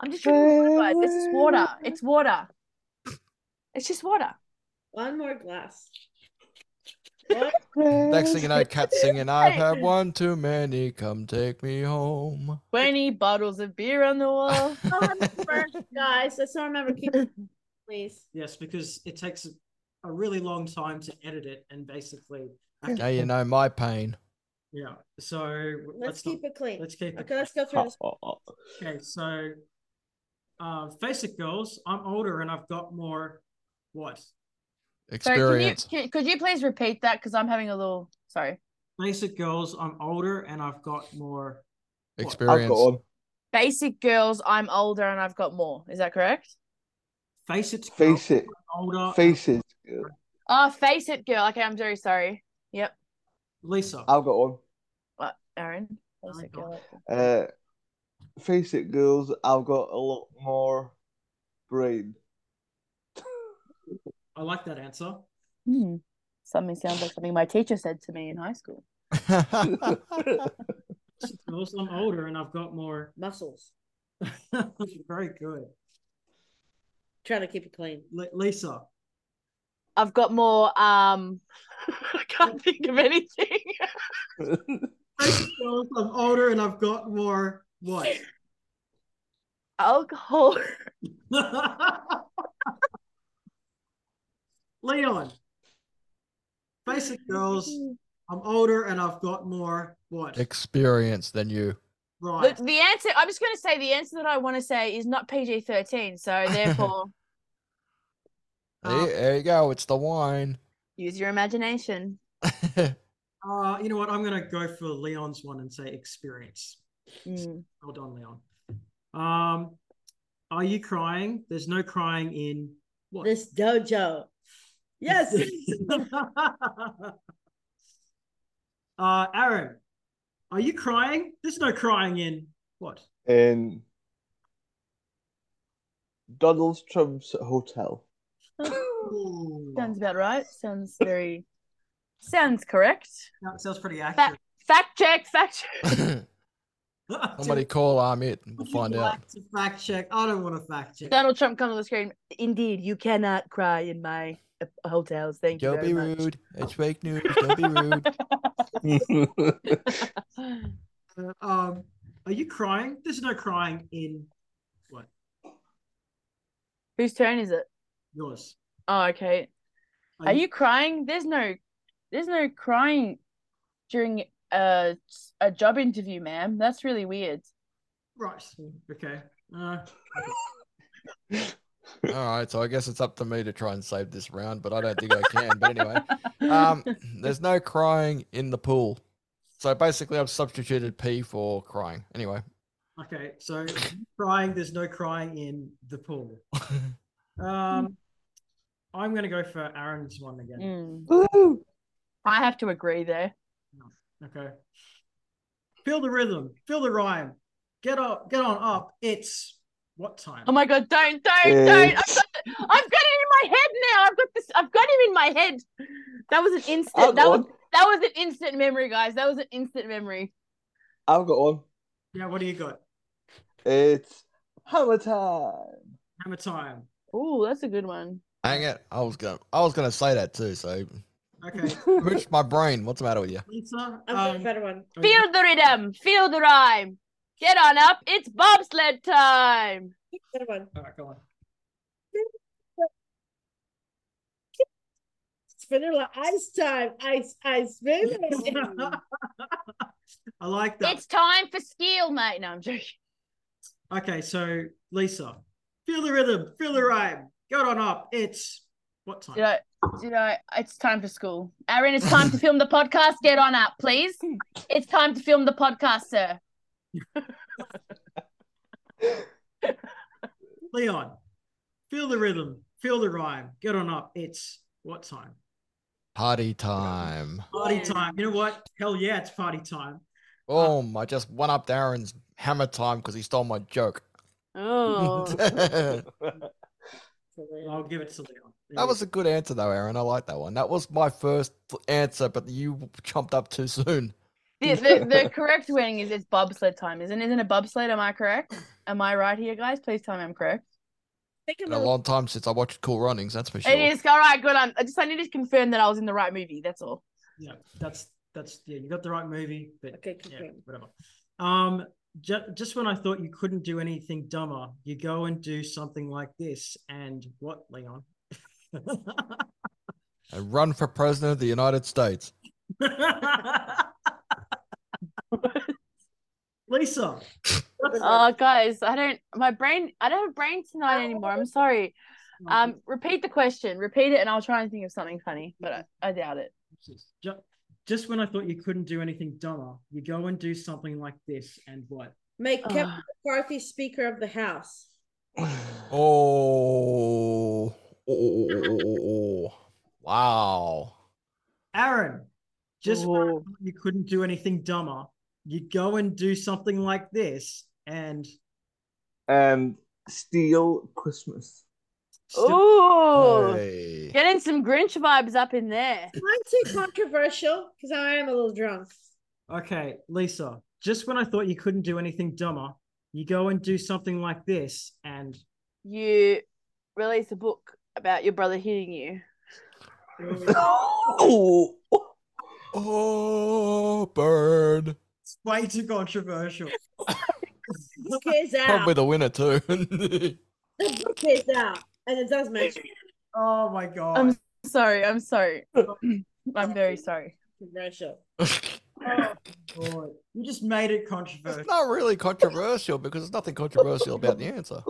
D: I'm just trying to remember, guys. This is water. It's water. It's just water.
A: One more glass. What?
B: Next thing you know, Kat's singing, I've had one too many, come take me home.
D: 20 bottles of beer on the wall.
A: Oh, I'm first, guys. Let's all remember keep please.
C: yes because it takes a, a really long time to edit it and basically
B: now you know my pain.
C: yeah so w-
A: Let's
C: let's, not-
A: keep it clean.
C: let's keep
A: Okay,
C: it
A: let's go through this.
E: Hallelujah.
C: okay so uh face it girls i'm older and i've got more what
D: Sorry, can you,
B: Experience.
D: can, could you please repeat that? Because I'm having a little. Sorry.
C: Basic girls, I'm older and I've got more.
E: I've
B: Experience.
E: got one.
D: Basic girls, I'm older and I've got more. Is that correct?
C: Face it, girls,
E: Face it.
C: I'm older.
E: Face it.
D: Oh, face it, girl. Okay, I'm very sorry. Yep.
C: Lisa.
E: I've got one.
D: What, Aaron? Face
C: I
D: it, girl.
E: Uh, face it, girls. I've got a lot more brain.
C: I like that answer.
D: Hmm. Something sounds like something my teacher said to me in high school.
C: Basic girls, I'm older and I've got more.
A: Muscles.
C: Very good.
A: Trying to keep it clean.
C: Li- Lisa.
D: I've got more. Um, I can't think of anything.
C: Basic girls, I'm older and I've got more. What?
D: Alcohol.
C: Leon. Basic girls, I'm older and I've got more. What?
B: Experience than you.
D: The,
C: Right.
D: the answer. I'm just going to say the answer that I want to say is not PG-13. So therefore,
C: Um,
D: Ah.
B: There, there you go. It's the wine.
D: use your imagination.
C: Uh, you know what? I'm going to go for Leon's one and say experience.
D: Mm.
C: Well done, Leon. Um, are you crying? There's no crying in what?
A: This dojo. Yes.
C: uh, Aaron, are you crying? There's no crying in what?
E: In Donald Trump's hotel.
C: Ooh,
D: Sounds about right. Sounds very. Sounds correct.
C: that sounds pretty
D: Fa-
C: accurate.
D: Fact check, fact check.
B: Somebody call Amit and
C: Would
B: we'll
C: you
B: find out.
C: like to fact check. I don't want to fact check.
D: Donald Trump comes on the screen. Indeed, you cannot cry in my uh, hotels. Thank you.
B: Don't
D: Very
B: be
D: much.
B: rude. It's fake news. Don't be rude.
C: Uh, um, are you crying? There's no crying in
D: Whose turn is it?
C: yours.
D: Oh, okay.
C: Are
D: Are
C: you-
D: you crying? There's no, there's no crying during a a job interview, ma'am. That's really weird.
C: right? Okay. Uh,
B: All right, so I guess it's up to me to try and save this round, but I don't think I can. But anyway, um, there's no crying in the pool. So basically, I've substituted P for crying. Anyway,
C: okay. So crying. There's no crying in the pool. Um, I'm gonna go for Aaron's one again.
D: Mm.
E: Woo!
D: I have to agree there.
C: Okay. Feel the rhythm. Feel the rhyme. Get up. Get on up. It's what time?
D: Oh my god! Don't, don't, don't! I've
E: It's-
D: got, it- I've got it in my head now. I've got this. I've got him in my head. That was an
E: I've
D: instant. That
E: got
D: was
E: one.
D: that was an instant memory, guys. That was an instant memory.
E: I've got one.
C: Yeah. What do you got?
E: It's hammer time.
C: Hammer time.
D: Ooh, that's a good one.
B: hang it. I was gonna, I was gonna say that too. So,
C: Okay.
B: Rich, my brain. What's the matter with you?
C: Lisa.
A: I've got a
C: um,
A: better one.
C: oh, yeah.
D: Feel the rhythm. Feel the rhyme. Get on up. It's bobsled time.
A: Better one.
C: All right, go on.
A: It's vanilla ice time. Ice, ice, vanilla.
C: I like that.
D: It's time for skill, mate. No, I'm joking.
C: Okay, so Lisa, feel the rhythm, feel the rhyme. Get on up. It's what time?
D: You know, you know, it's time for school. Aaron, it's time to film the podcast. Get on up, please. It's time to film the podcast, sir.
C: Leon, feel the rhythm, feel the rhyme. Get on up. It's what time?
B: Party time.
C: Party
D: Yeah.
C: time. You know what? Hell yeah, it's party time.
B: Boom! I just one up Darren's hammer time because he stole my joke.
D: Oh,
B: that
C: I'll give it to Leon. There
B: was
C: you
B: a good answer though, Aaron. I like that one. That was my first answer, but you chomped up too soon.
D: the, the, the correct wording is it's bobsled time, isn't isn't it bobsled? Am I correct? Am I right here, guys? Please tell me I'm correct.
A: Think
B: Been
A: of
B: a
A: a
B: long time since I watched Cool Runnings. That's for sure.
D: It is all right. Good. I'm, I just I need to confirm that I was in the right movie. That's all.
C: go. Yeah, that's that's yeah. You got the right movie, but
A: Okay, keep
C: yeah,
A: going.
C: whatever. Um, ju- just when I thought you couldn't do anything dumber, you go and do something like this. And what, Leon?
B: And run for president of the United States.
C: Lisa.
D: Oh, guys, I don't. My brain. I don't have a brain tonight anymore. I'm sorry. Um, repeat the question. Repeat it, and I'll try and think of something funny. But I, I doubt it.
C: Ju- just when I thought you couldn't do anything dumber, you go and do something like this, and what?
A: Make Kevin
D: Ah.
A: McCarthy Speaker of the House.
B: Oh, oh, oh, oh, oh, oh, oh. wow.
C: Aaron, just when I
D: Ooh.
C: thought you couldn't do anything dumber, you go and do something like this, and
E: And steal Christmas.
D: Oh.
C: still-
D: Ooh.
B: Hey.
D: Getting some Grinch vibes up in there.
A: Mine's too controversial because I am a little drunk.
C: okay, Lisa. Just when I thought you couldn't do anything dumber, you go and do something like this, and
D: You release a book about your brother hitting you.
E: oh,
B: Oh, bird.
C: it's way too controversial.
A: This kid's out.
B: Probably the winner too.
A: The book is out. And it does mention
C: Oh my god.
D: I'm sorry. I'm sorry. I'm very sorry.
A: controversial.
B: it's
C: Oh, Lord. You just made it controversial.
B: not really controversial because there's nothing controversial about the answer.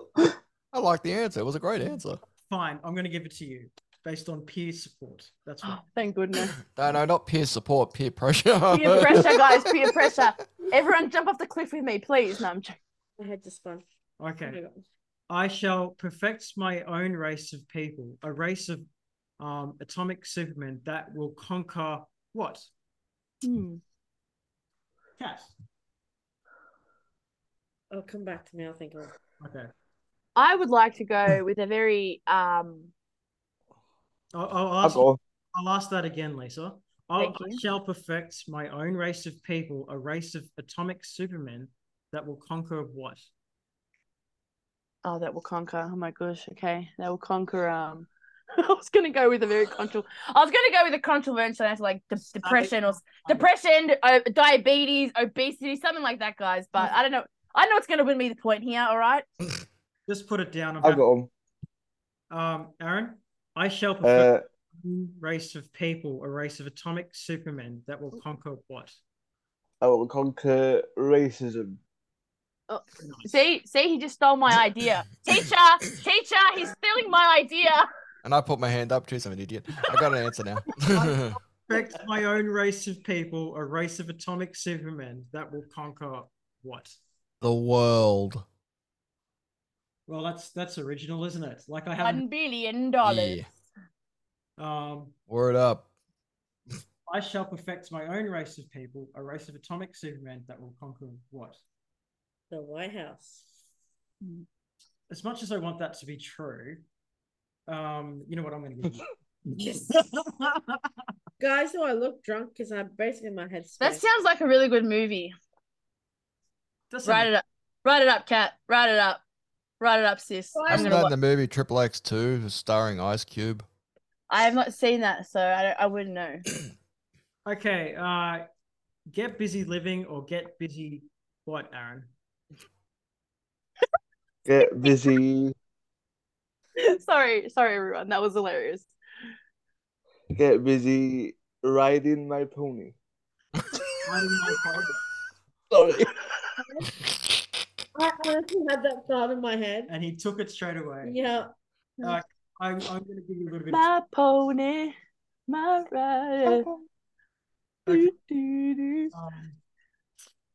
B: I like the answer. It was a great answer.
C: Fine, I'm going to give it to you based on peer support. That's right.
D: Thank goodness.
B: No, no, not peer support, peer pressure.
D: Peer pressure, guys. Peer pressure. Everyone jump off the cliff with me, please. No, I'm joking.
A: I had to spun.
C: Okay. I shall perfect my own race of people, a race of um, atomic supermen that will conquer what?
D: Hmm.
C: Cat.
A: Oh, come back to me. I'll think of it.
C: Okay.
D: I would like to go with a very um
C: I'll, I'll,
E: I've
C: ask,
E: got one.
C: I'll ask that again, Lisa. I
D: Thank
C: I
D: you.
C: shall perfect my own race of people, a race of atomic supermen that will conquer what?
D: Oh, that will conquer. Oh my gosh. Okay, that will conquer. Um, I was gonna go with a very controversial. I was gonna go with a controversial answer like de- depression or s- depression, uh, diabetes, obesity, something like that, guys. But I don't know. I know it's gonna win me the point here. All right.
C: Just put it down. I'm
E: I've
C: happy.
E: got them.
C: Um, Aaron, I shall perfect
E: Uh,
C: my own race of people, a race of atomic supermen that
D: Oh.
C: will conquer what?
E: I will conquer racism.
D: See, see, he just stole my idea. teacher, teacher, he's stealing my idea.
B: And I put my hand up. Jeez, I'm an idiot. I got an answer now.
C: Perfect my own race of people, a race of atomic supermen that will conquer what?
B: the world.
C: Well, that's that's original, isn't it? Like I
D: One
C: haven't.
D: billion dollars.
B: Yeah.
C: Um,
B: Word up.
C: I shall perfect my own race of people, a race of atomic supermen that will conquer what?
A: The White House.
C: As much as I want that to be true, um, you know what I'm going to give you.
A: Guys, do I look drunk? Because I'm basically in my head.
D: That sounds like a really good movie.
C: That's
D: Write it up. Write it up, Kat. Write it up. Write it up, sis.
A: Why
D: I'm
B: Isn't
D: gonna
B: that
D: watch.
B: in the movie Triple X Two, starring Ice Cube?
D: I have not seen that, so I don't, I wouldn't know.
C: Okay, uh, get busy living or get busy what, Aaron?
E: Get busy.
D: sorry, sorry, everyone. That was hilarious.
E: Get busy riding my pony.
C: Riding my pony.
E: Sorry.
A: I honestly had that thought in my head.
C: And he took it straight away.
A: Yeah.
C: I'm, I'm going to give you a little bit of
D: My pony, my rider.
C: Okay.
D: Do, do, do.
C: um,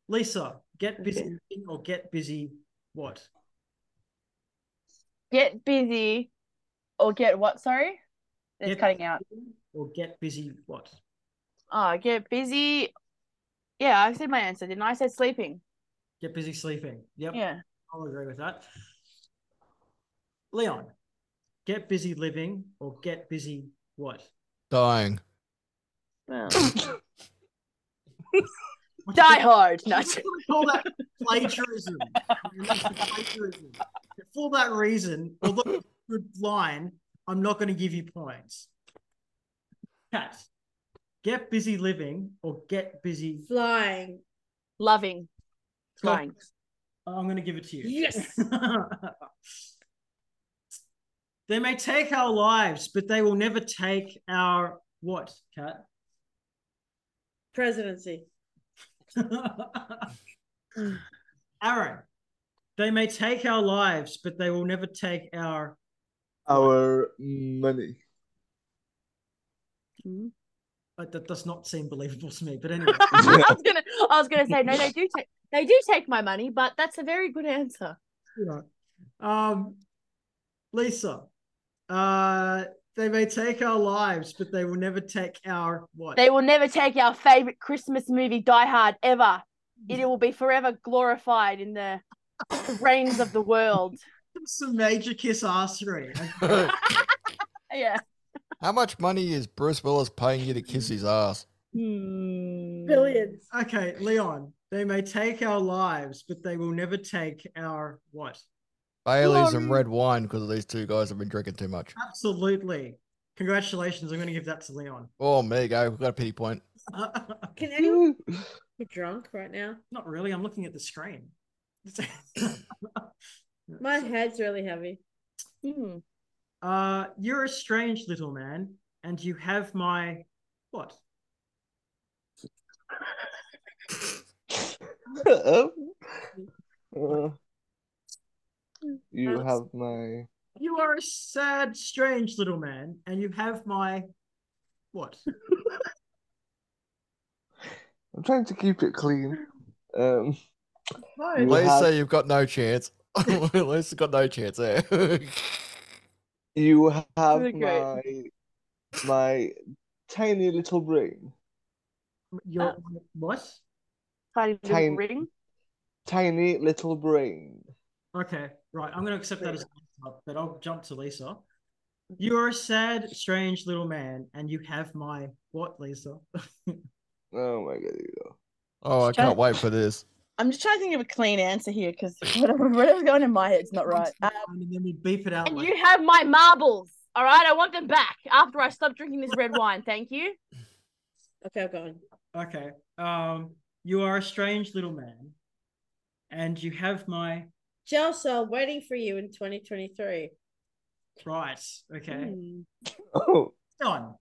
C: Lisa, get busy
D: Okay.
C: living or get busy what?
D: Get busy, or get what? Sorry, it's
C: Get-
D: cutting out.
C: Or get busy what?
D: Oh, get busy. Yeah, I said my answer, didn't I? I said sleeping.
C: Get busy sleeping. Yep,
D: Yeah.
C: I'll agree with that. Leon, get busy living or get busy what?
B: Dying.
C: What
D: Well,
C: do you
D: die
C: think-
D: hard. No,
C: all that plagiarism. plagiarism. For that reason, although good line, I'm not going to give you points. Cat, get busy living or get busy.
A: Flying.
D: loving, flying.
C: Oh, I'm going to give it to you.
A: Yes.
C: they may take our lives, but they will never take our what, Cat?
A: Presidency.
C: Aaron, they may take our lives, but they will never take our
E: Our money.
C: But uh, that does not seem believable to me. But anyway,
D: I was gonna, I was gonna say no. They do take, they do take my money, but that's a very good answer.
C: you know. um, Lisa, uh, they may take our lives, but they will never take our what?
D: They will never take our favorite Christmas movie, Die Hard, ever. It will be forever glorified in the reigns of the world.
C: Some major kiss arsery.
B: How
D: Yeah.
B: much money is Bruce Willis paying you to kiss his ass?
D: Hmm.
A: Billions.
C: Okay, Leon, they may take our lives, but they will never take our what?
B: Bailey's and
D: Glory.
B: red wine because these two guys have been drinking too much.
C: Absolutely. Congratulations. I'm going to give that to Leon.
B: Oh, there you go. We've got a pity point.
A: Can anyone
E: Uh,
C: Mm.
A: be drunk right now?
C: not really. I'm looking at the screen.
A: My head's really heavy.
D: Mm.
C: Uh, you're a strange little man, and you have my what?
E: Uh, you
A: That's-
E: have my
C: You are a sad, strange little man, and you have my what?
E: I'm trying to keep it clean. Um you
B: Lisa,
E: have,
B: uh, you've got no chance. Lisa's got no chance eh? there.
E: you have
D: Really
E: my
D: great.
E: my tiny little brain.
C: Your
D: Uh,
C: what?
D: Tiny little
E: Tiny-
D: ring.
E: Tiny little brain.
C: Okay, right. I'm going to accept that as an answer, but I'll jump to Lisa.
D: Mm-hmm.
C: You are a sad, strange little man, and you have my what, Lisa?
E: Oh my god, here we go.
B: Oh, I
D: Just try-
B: can't wait for this.
D: I'm just trying to think of a clean answer here because whatever, whatever's going in my head's not right. Uh, Um,
C: and then we beep it out.
D: and
C: like,
D: you have my marbles. All right, I want them back after I stop drinking this red wine. Thank you.
A: Okay, I'm going.
C: Okay. Um, you are a strange little man, and you have my
A: Joe, so waiting for you in 2023.
C: right. Okay.
A: Hmm.
E: Oh,
C: Done.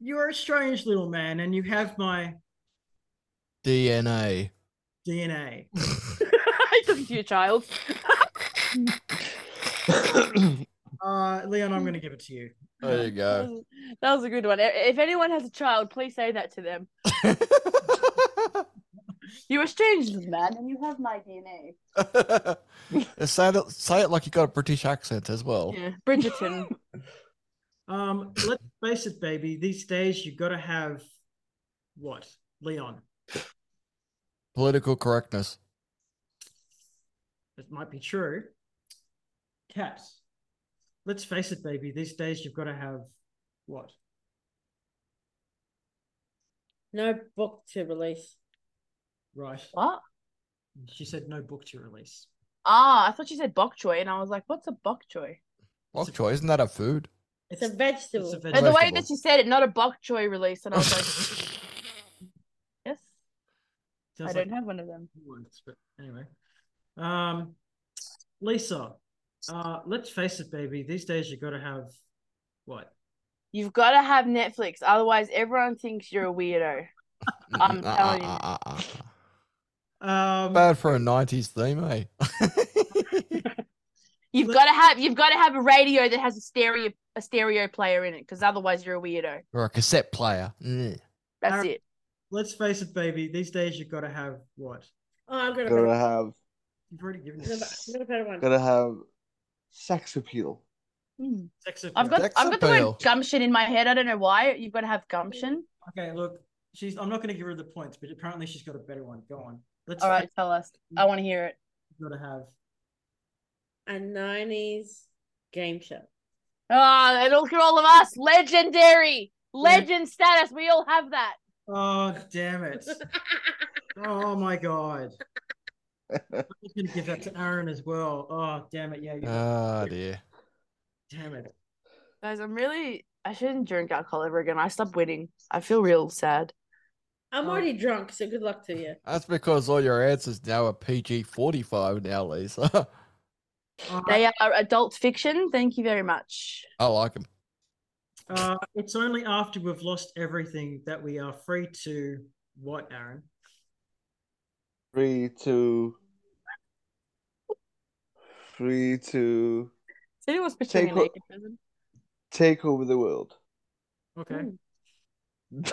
C: You are a strange little man, and you have my
B: DNA.
C: DNA.
D: I took it to your child.
C: Uh, Leon,
D: Hmm.
C: I'm going to give it to you.
B: There you
D: That
B: go.
D: was, that was a good one. I- If anyone has a child, please say that to them. You're a strange little man, and you have my DNA.
B: say, it, say it like you got a British accent as well.
D: Yeah, Bridgerton.
C: Um, let's face it, baby. These days, you got to have what, Leon?
B: Political correctness.
C: It might be true. Cat. Let's face it, baby. These days, you've got to have what?
A: No book to release.
C: Right.
D: what?
C: She said no book to release.
D: Ah, I thought she said bok choy, and I was like, "What's a bok choy?"
B: Bok choy, isn't that a food?
A: It's a vegetable.
C: it's a
D: But the way
B: Vegetable.
D: that she said it, not a bok choy release, and I was like, "Yes,
C: Sounds
D: I
C: like
D: don't have one of them."
C: words, but anyway. Um, Lisa, uh, let's face it, baby. These days, you got to have what?
D: You've got to have Netflix, otherwise everyone thinks you're a weirdo. I'm
B: Mm, ah,
D: telling
B: ah,
D: you.
B: ah, ah, ah, ah.
C: Um,
B: Bad for a 90s theme, eh?
D: You've
C: Look-
D: got to have you've got to have a radio that has a stereo a stereo player in it, because otherwise you're a weirdo.
B: or a cassette player. Mm.
D: That's
C: Our-
D: it.
C: let's face it, baby. These days, you got to have what?
A: oh, I'm gonna.
E: gotta have,
C: You've already given
A: Another,
C: us
A: another better one.
E: gotta have sex appeal.
D: Hmm.
C: sex
D: I've got
B: Sex
D: I've got the
B: appeal.
D: word gumption in my head. I don't know why. You've got to have gumption.
C: Okay, look, she's. I'm not going to give her the points, but apparently she's got a better one. Go on. Let's.
D: All right, Mm. tell us. I want to hear it.
C: Got to have.
A: A 90s game show.
D: Ah, and look at all of us, legendary, legend status. We all have that.
C: Oh damn it! oh my god! I'm going to give that to Aaron as well. Oh damn it! Yeah. You,
B: Ah, dear.
C: damn it.
D: Guys, I'm really. I shouldn't drink alcohol ever again. I stopped winning. I feel real sad.
A: I'm
C: Oh.
A: already drunk, so good luck to you.
B: That's because all your answers now are PG 45 now, Lisa.
C: Uh,
D: They are adult fiction. Thank you very much.
B: I like them.
C: Uh, it's only after we've lost everything that we are free to what, Aaron?
E: Three, two, three, two.
D: Is anyone's picturing a
E: Take what-
D: naked person?
E: Take over the world.
C: Okay.
A: Hmm.
D: Mm.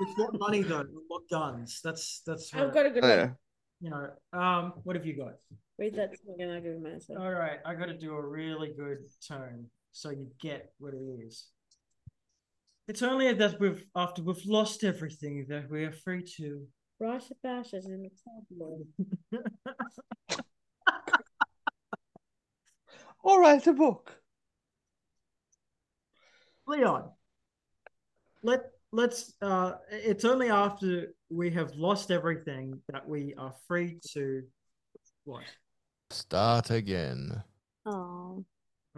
C: With what money though? With what guns? That's that's
A: I've
C: what,
A: got a good
E: yeah.
A: one.
C: you know. Um, what have you got?
A: Read that to me and I'll give you my answer.
C: All right, I got to do a really good turn so you get what it is. It's only that we've after we've lost everything that we are free to.
A: Rasha Bash is in the tabloid.
E: All right, a book.
C: Leon, let let's. Uh, it's only after we have lost everything that we are free to what?
B: Start again.
D: Oh,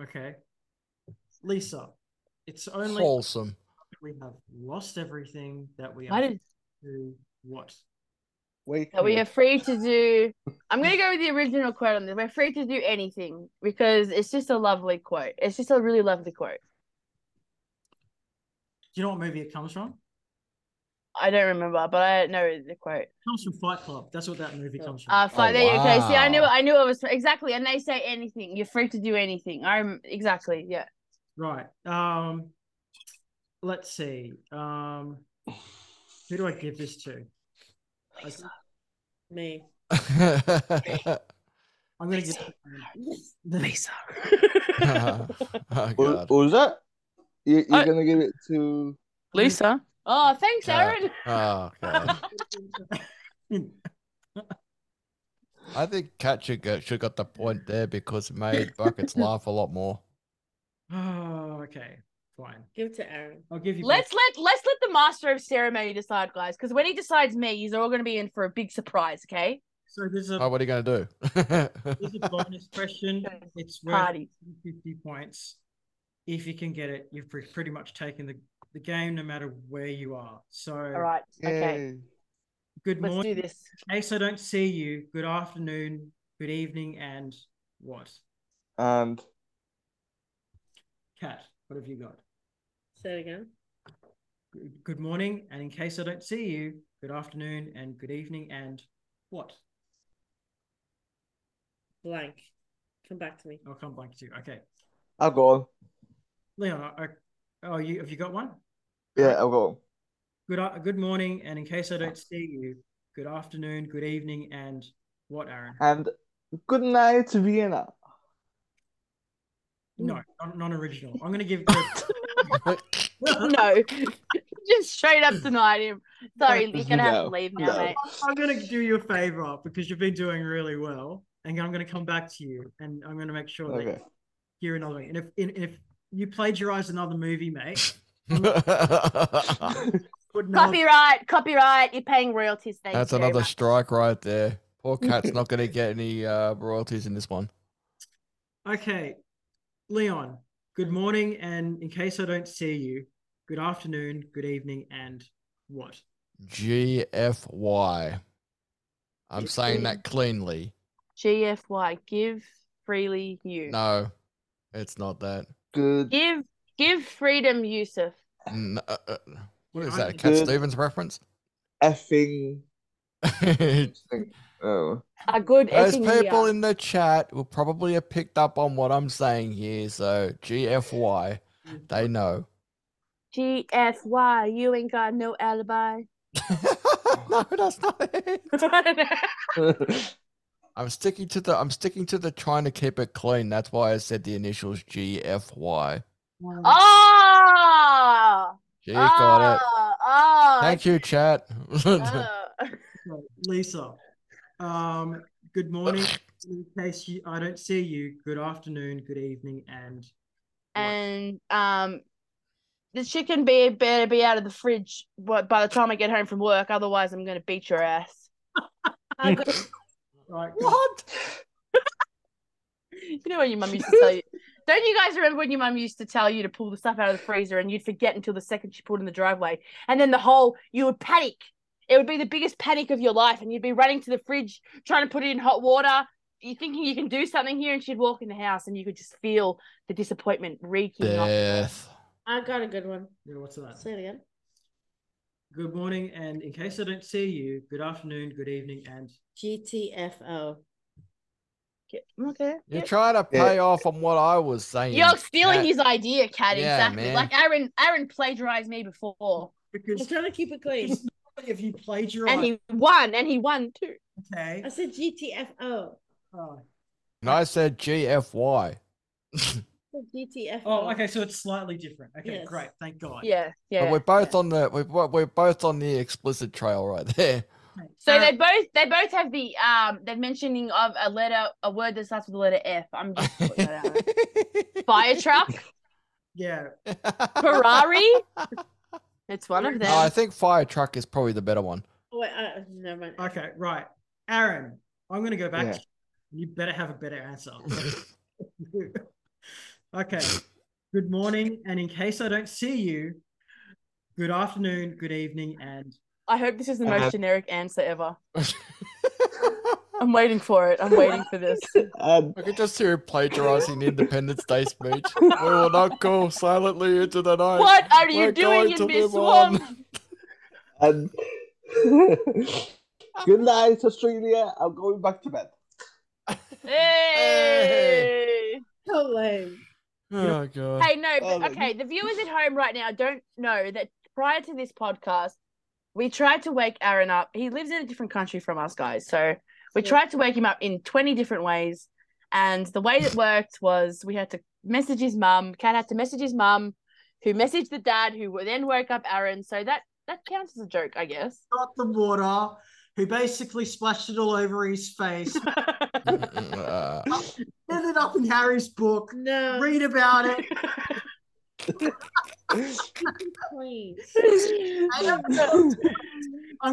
C: Okay. Lisa, it's only
B: Wholesome.
C: that we have lost everything that we
D: why
C: are
D: did
C: to what?
E: Wait.
D: that we
E: me.
D: are free to do? I'm gonna go with the original quote on this. We're free to do anything because it's just a lovely quote. It's just a really lovely quote.
C: Do you know what movie it comes from?
D: I don't remember, but I know the quote.
C: It comes from Fight Club. That's what that movie comes from.
D: Uh, fine. there you go. See, I knew,
B: wow.
D: I knew it was exactly. And they say anything. You're free to do anything. I'm exactly. Yeah.
C: right. Um let's see. Um who do I give this to? I-
A: Me.
B: Oh,
C: I'm gonna give
D: Lisa.
B: oh,
E: Wha- What
B: God.
E: was that? You, you're
D: I-
E: gonna give it to
D: Lisa. Oh, thanks,
B: Uh,
D: Aaron.
B: Oh, God. I think Kat should get, should got the point there because it made Buckets laugh a lot more.
C: Oh, okay, fine.
A: Give it to Aaron.
C: I'll give you. both.
D: Let's let let's let the master of ceremony decide, guys. Because when he decides me, he's all going to be in for a big surprise. Okay,
C: So there's a
B: Oh, what are you going to
C: there's a
B: do?
C: bonus question.
D: Okay.
C: It's worth
D: party.
C: 50 points. If you can get it, you've pre- pretty much taken the, the game no matter where you are. So,
D: All right. Okay.
E: Yay.
C: good
D: Let's
C: morning.
D: do this.
C: In case I don't see you, good afternoon, good evening, and what?
E: And
C: Cat, what have you got?
A: Say it again.
C: Good- Good morning, and in case I don't see you, good afternoon and good evening, and what?
A: Blank. Come back to me.
C: I'll come back to you. Okay,
E: I've got one.
C: Leon, I, I- oh, you have you got one?
E: Yeah, I've got one.
C: Good a- good morning, and in case I don't see you, good afternoon, good evening, and what, Aaron?
E: And good night, Vienna.
C: No, non- non-original. I'm gonna give. the-
D: No, just straight up denied him. Sorry, you're going to have
E: No.
D: to leave now,
E: No.
D: mate.
C: I'm gonna do you a favor because you've been doing really well, and I'm gonna come back to you, and I'm gonna make sure that
E: Okay.
C: you're another. one. And if and if you plagiarize another movie, mate, would not
D: Copyright, copyright. You're paying royalties. Thank
B: That's
D: you very
B: another
D: much.
B: strike right there. Poor cat's not going to get any uh, royalties in this one.
C: Okay, Leon, good morning, and in case I don't see you, good afternoon, good evening, and what?
B: GFY. I'm saying that cleanly.
D: GFY. Give freely you.
B: No, it's not that.
E: Good.
D: Give give freedom, Yusuf.
B: N- uh, uh, what is
C: I
B: that? A
C: think-
B: Cat
E: Good.
B: Stevens reference?
E: effing
B: Those
E: thing. Oh,
D: A good effing
B: people
D: year.
B: in the uh, chat will probably have picked up on what I'm saying here. So GFY, they know.
D: GFY. You ain't got no alibi.
B: no, that's not it. I'm sticking to the. I'm sticking to the trying to keep it clean. That's why I said the initials GFY.
D: oh!
B: Gee, got it.
D: Oh, oh,
B: Thank you, chat. ah.
D: oh.
C: Right, Lisa, um, good morning. In case you, I don't see you, good afternoon, good evening, and what?
D: and um, the chicken be better be out of the fridge wh- by the time I get home from work. Otherwise, I'm gonna beat your ass.
A: I got
C: Right, good-
B: what?
D: You know when your mum used to tell you. Don't you guys remember when your mum used to tell you to pull the stuff out of the freezer and you'd forget until the second she pulled in the driveway, and then the whole you would panic. It would be the biggest panic of your life, and you'd be running to the fridge trying to put it in hot water. You're thinking you can do something here, and she'd walk in the house, and you could just feel the disappointment reeking. off her.
B: Death.
A: I got a good one.
C: yeah, what's that?
A: Say it again.
C: Good morning, and in case I don't see you, good afternoon, good evening, and
A: GTFO.
D: Get- Okay.
B: You're
D: Yep.
B: trying to
E: Yeah.
B: pay off on what I was saying.
D: You're stealing
B: Cat.
D: his idea, Cat.
B: Yeah,
D: exactly.
B: man.
D: Like Aaron, Aaron plagiarized me before,
A: I'm
C: because
A: trying to keep it clean.
C: because if you plagiarize,
D: and he won, and he won too.
C: okay,
A: I said GTFO.
C: oh.
B: And I said GFY.
A: I said GTFO.
C: oh, okay, so it's slightly different. Okay,
A: Yes.
C: great, thank God.
D: Yeah, yeah.
B: But we're both
D: yeah.
B: on the we're, bo- we're both on the explicit trail right there.
C: Okay,
D: So
C: Aaron-
D: they both they both have the um the mentioning of a letter a word that starts with the letter F. I'm just putting that out. Fire truck,
C: Yeah,
D: Ferrari. It's one of them.
B: No, I think fire truck is probably the better one.
A: Wait, uh, never mind.
C: okay, right. Aaron, I'm going to go back.
E: Yeah.
C: To you. you better have a better answer. okay. Good morning. And in case I don't see you, good afternoon, good evening, and
D: I hope this is the most
E: Uh-huh.
D: generic answer ever. I'm waiting for it. I'm waiting for this.
E: and
B: I could just hear him plagiarizing the Independence Day speech. We will not go silently into the night.
D: What are you
B: We're going
D: doing
B: to
D: in this
B: live
D: swamp?
B: on.
E: and good night, Australia. I'm going back to bed.
D: Hey.
A: So lame.
B: Oh god.
D: Hey, no,
E: Oh,
D: but
E: but
D: okay. The viewers at home right now don't know that prior to this podcast, we tried to wake Aaron up. He lives in a different country from us, guys. So we
A: Yeah.
D: tried to wake him up in 20 different ways. And the way it worked was we had to message his mum. Cat had to message his mum, who messaged the dad, who then woke up Aaron. So that that counts as a joke, I guess.
C: got the water, who basically splashed it all over his face,
B: Mm, mm, uh,
C: ended up in Harry's book,
A: No.
C: read about it,
A: Please.
C: I'm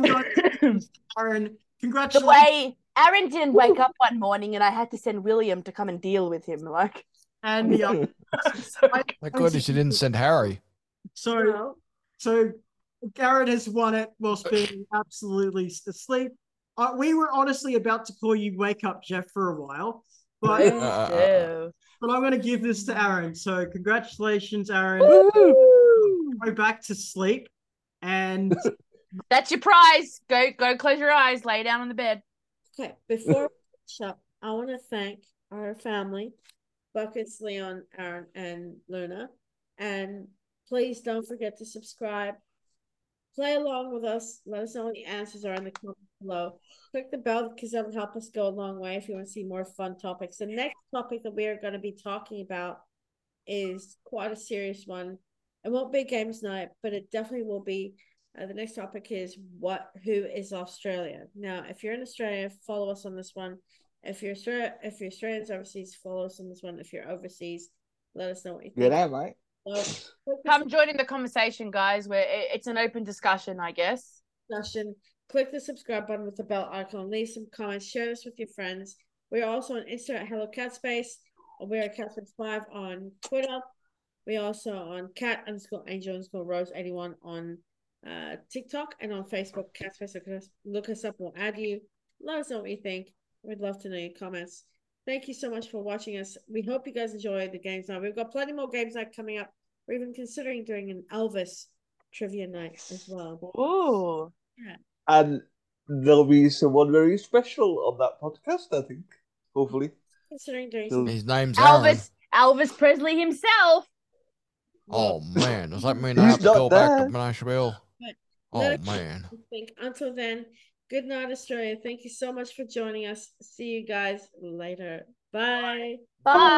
C: not Aaron.
D: the
C: Congratulations.
D: way Aaron didn't wake up one morning and I had to send William to come and deal with him. Like,
C: And the other.
B: Thank goodness you didn't send Harry.
C: So,
A: No.
C: so Garrett has won it whilst being absolutely asleep. Uh, we were honestly about to call you Wake Up Jeff for a while, but
B: uh, uh.
C: but I'm going to give this to Aaron. So congratulations, Aaron. Go back to sleep, and
D: That's your prize. Go, go, close your eyes, lay down on the bed.
A: Okay, before we finish up, I want to thank our family, Buckets, Leon, Aaron, and Luna. And please don't forget to subscribe. Play along with us. Let us know what the answers are in the comments below. Click the bell because that will help us go a long way if you want to see more fun topics. The next topic that we are going to be talking about is quite a serious one. It won't be games night, but it definitely will be uh, the next topic is what who is Australia? Now, if you're in Australia, follow us on this one. If you're Austra- if you're Australians overseas, follow us on this one. If you're overseas, let us know what you
E: Good
A: think.
E: eye, mate.
A: So, click the
D: Come join in the conversation, guys. Where it, it's an open discussion, I guess.
A: discussion. Click the subscribe button with the bell icon. Leave some comments. Share this with your friends. We're also on Insta at Hello Cat Space. We're at Cat Space Five on Twitter. We also on Cat underscore Angel underscore Rose eighty one on uh, TikTok and on Facebook. Cat Space. Look us, look us up. We'll add you. Let us know what you think. We'd love to know your comments. Thank you so much for watching us. We hope you guys enjoy the games night. We've got plenty more games night coming up. We're even considering doing an Elvis trivia night as well.
D: Ooh,
E: And there'll be someone very special on that podcast, I think. Hopefully.
A: considering doing
E: They'll-
A: some
B: His name's Aaron.
D: Elvis, Elvis Presley himself.
B: Oh man, does that mean I
E: He's
B: have to go
E: not
B: back to
E: there.
B: Nashville? Oh
A: Let us
B: man.
A: think. Until then, good night, Australia. Thank you so much for joining us. See you guys later. Bye.
D: Bye.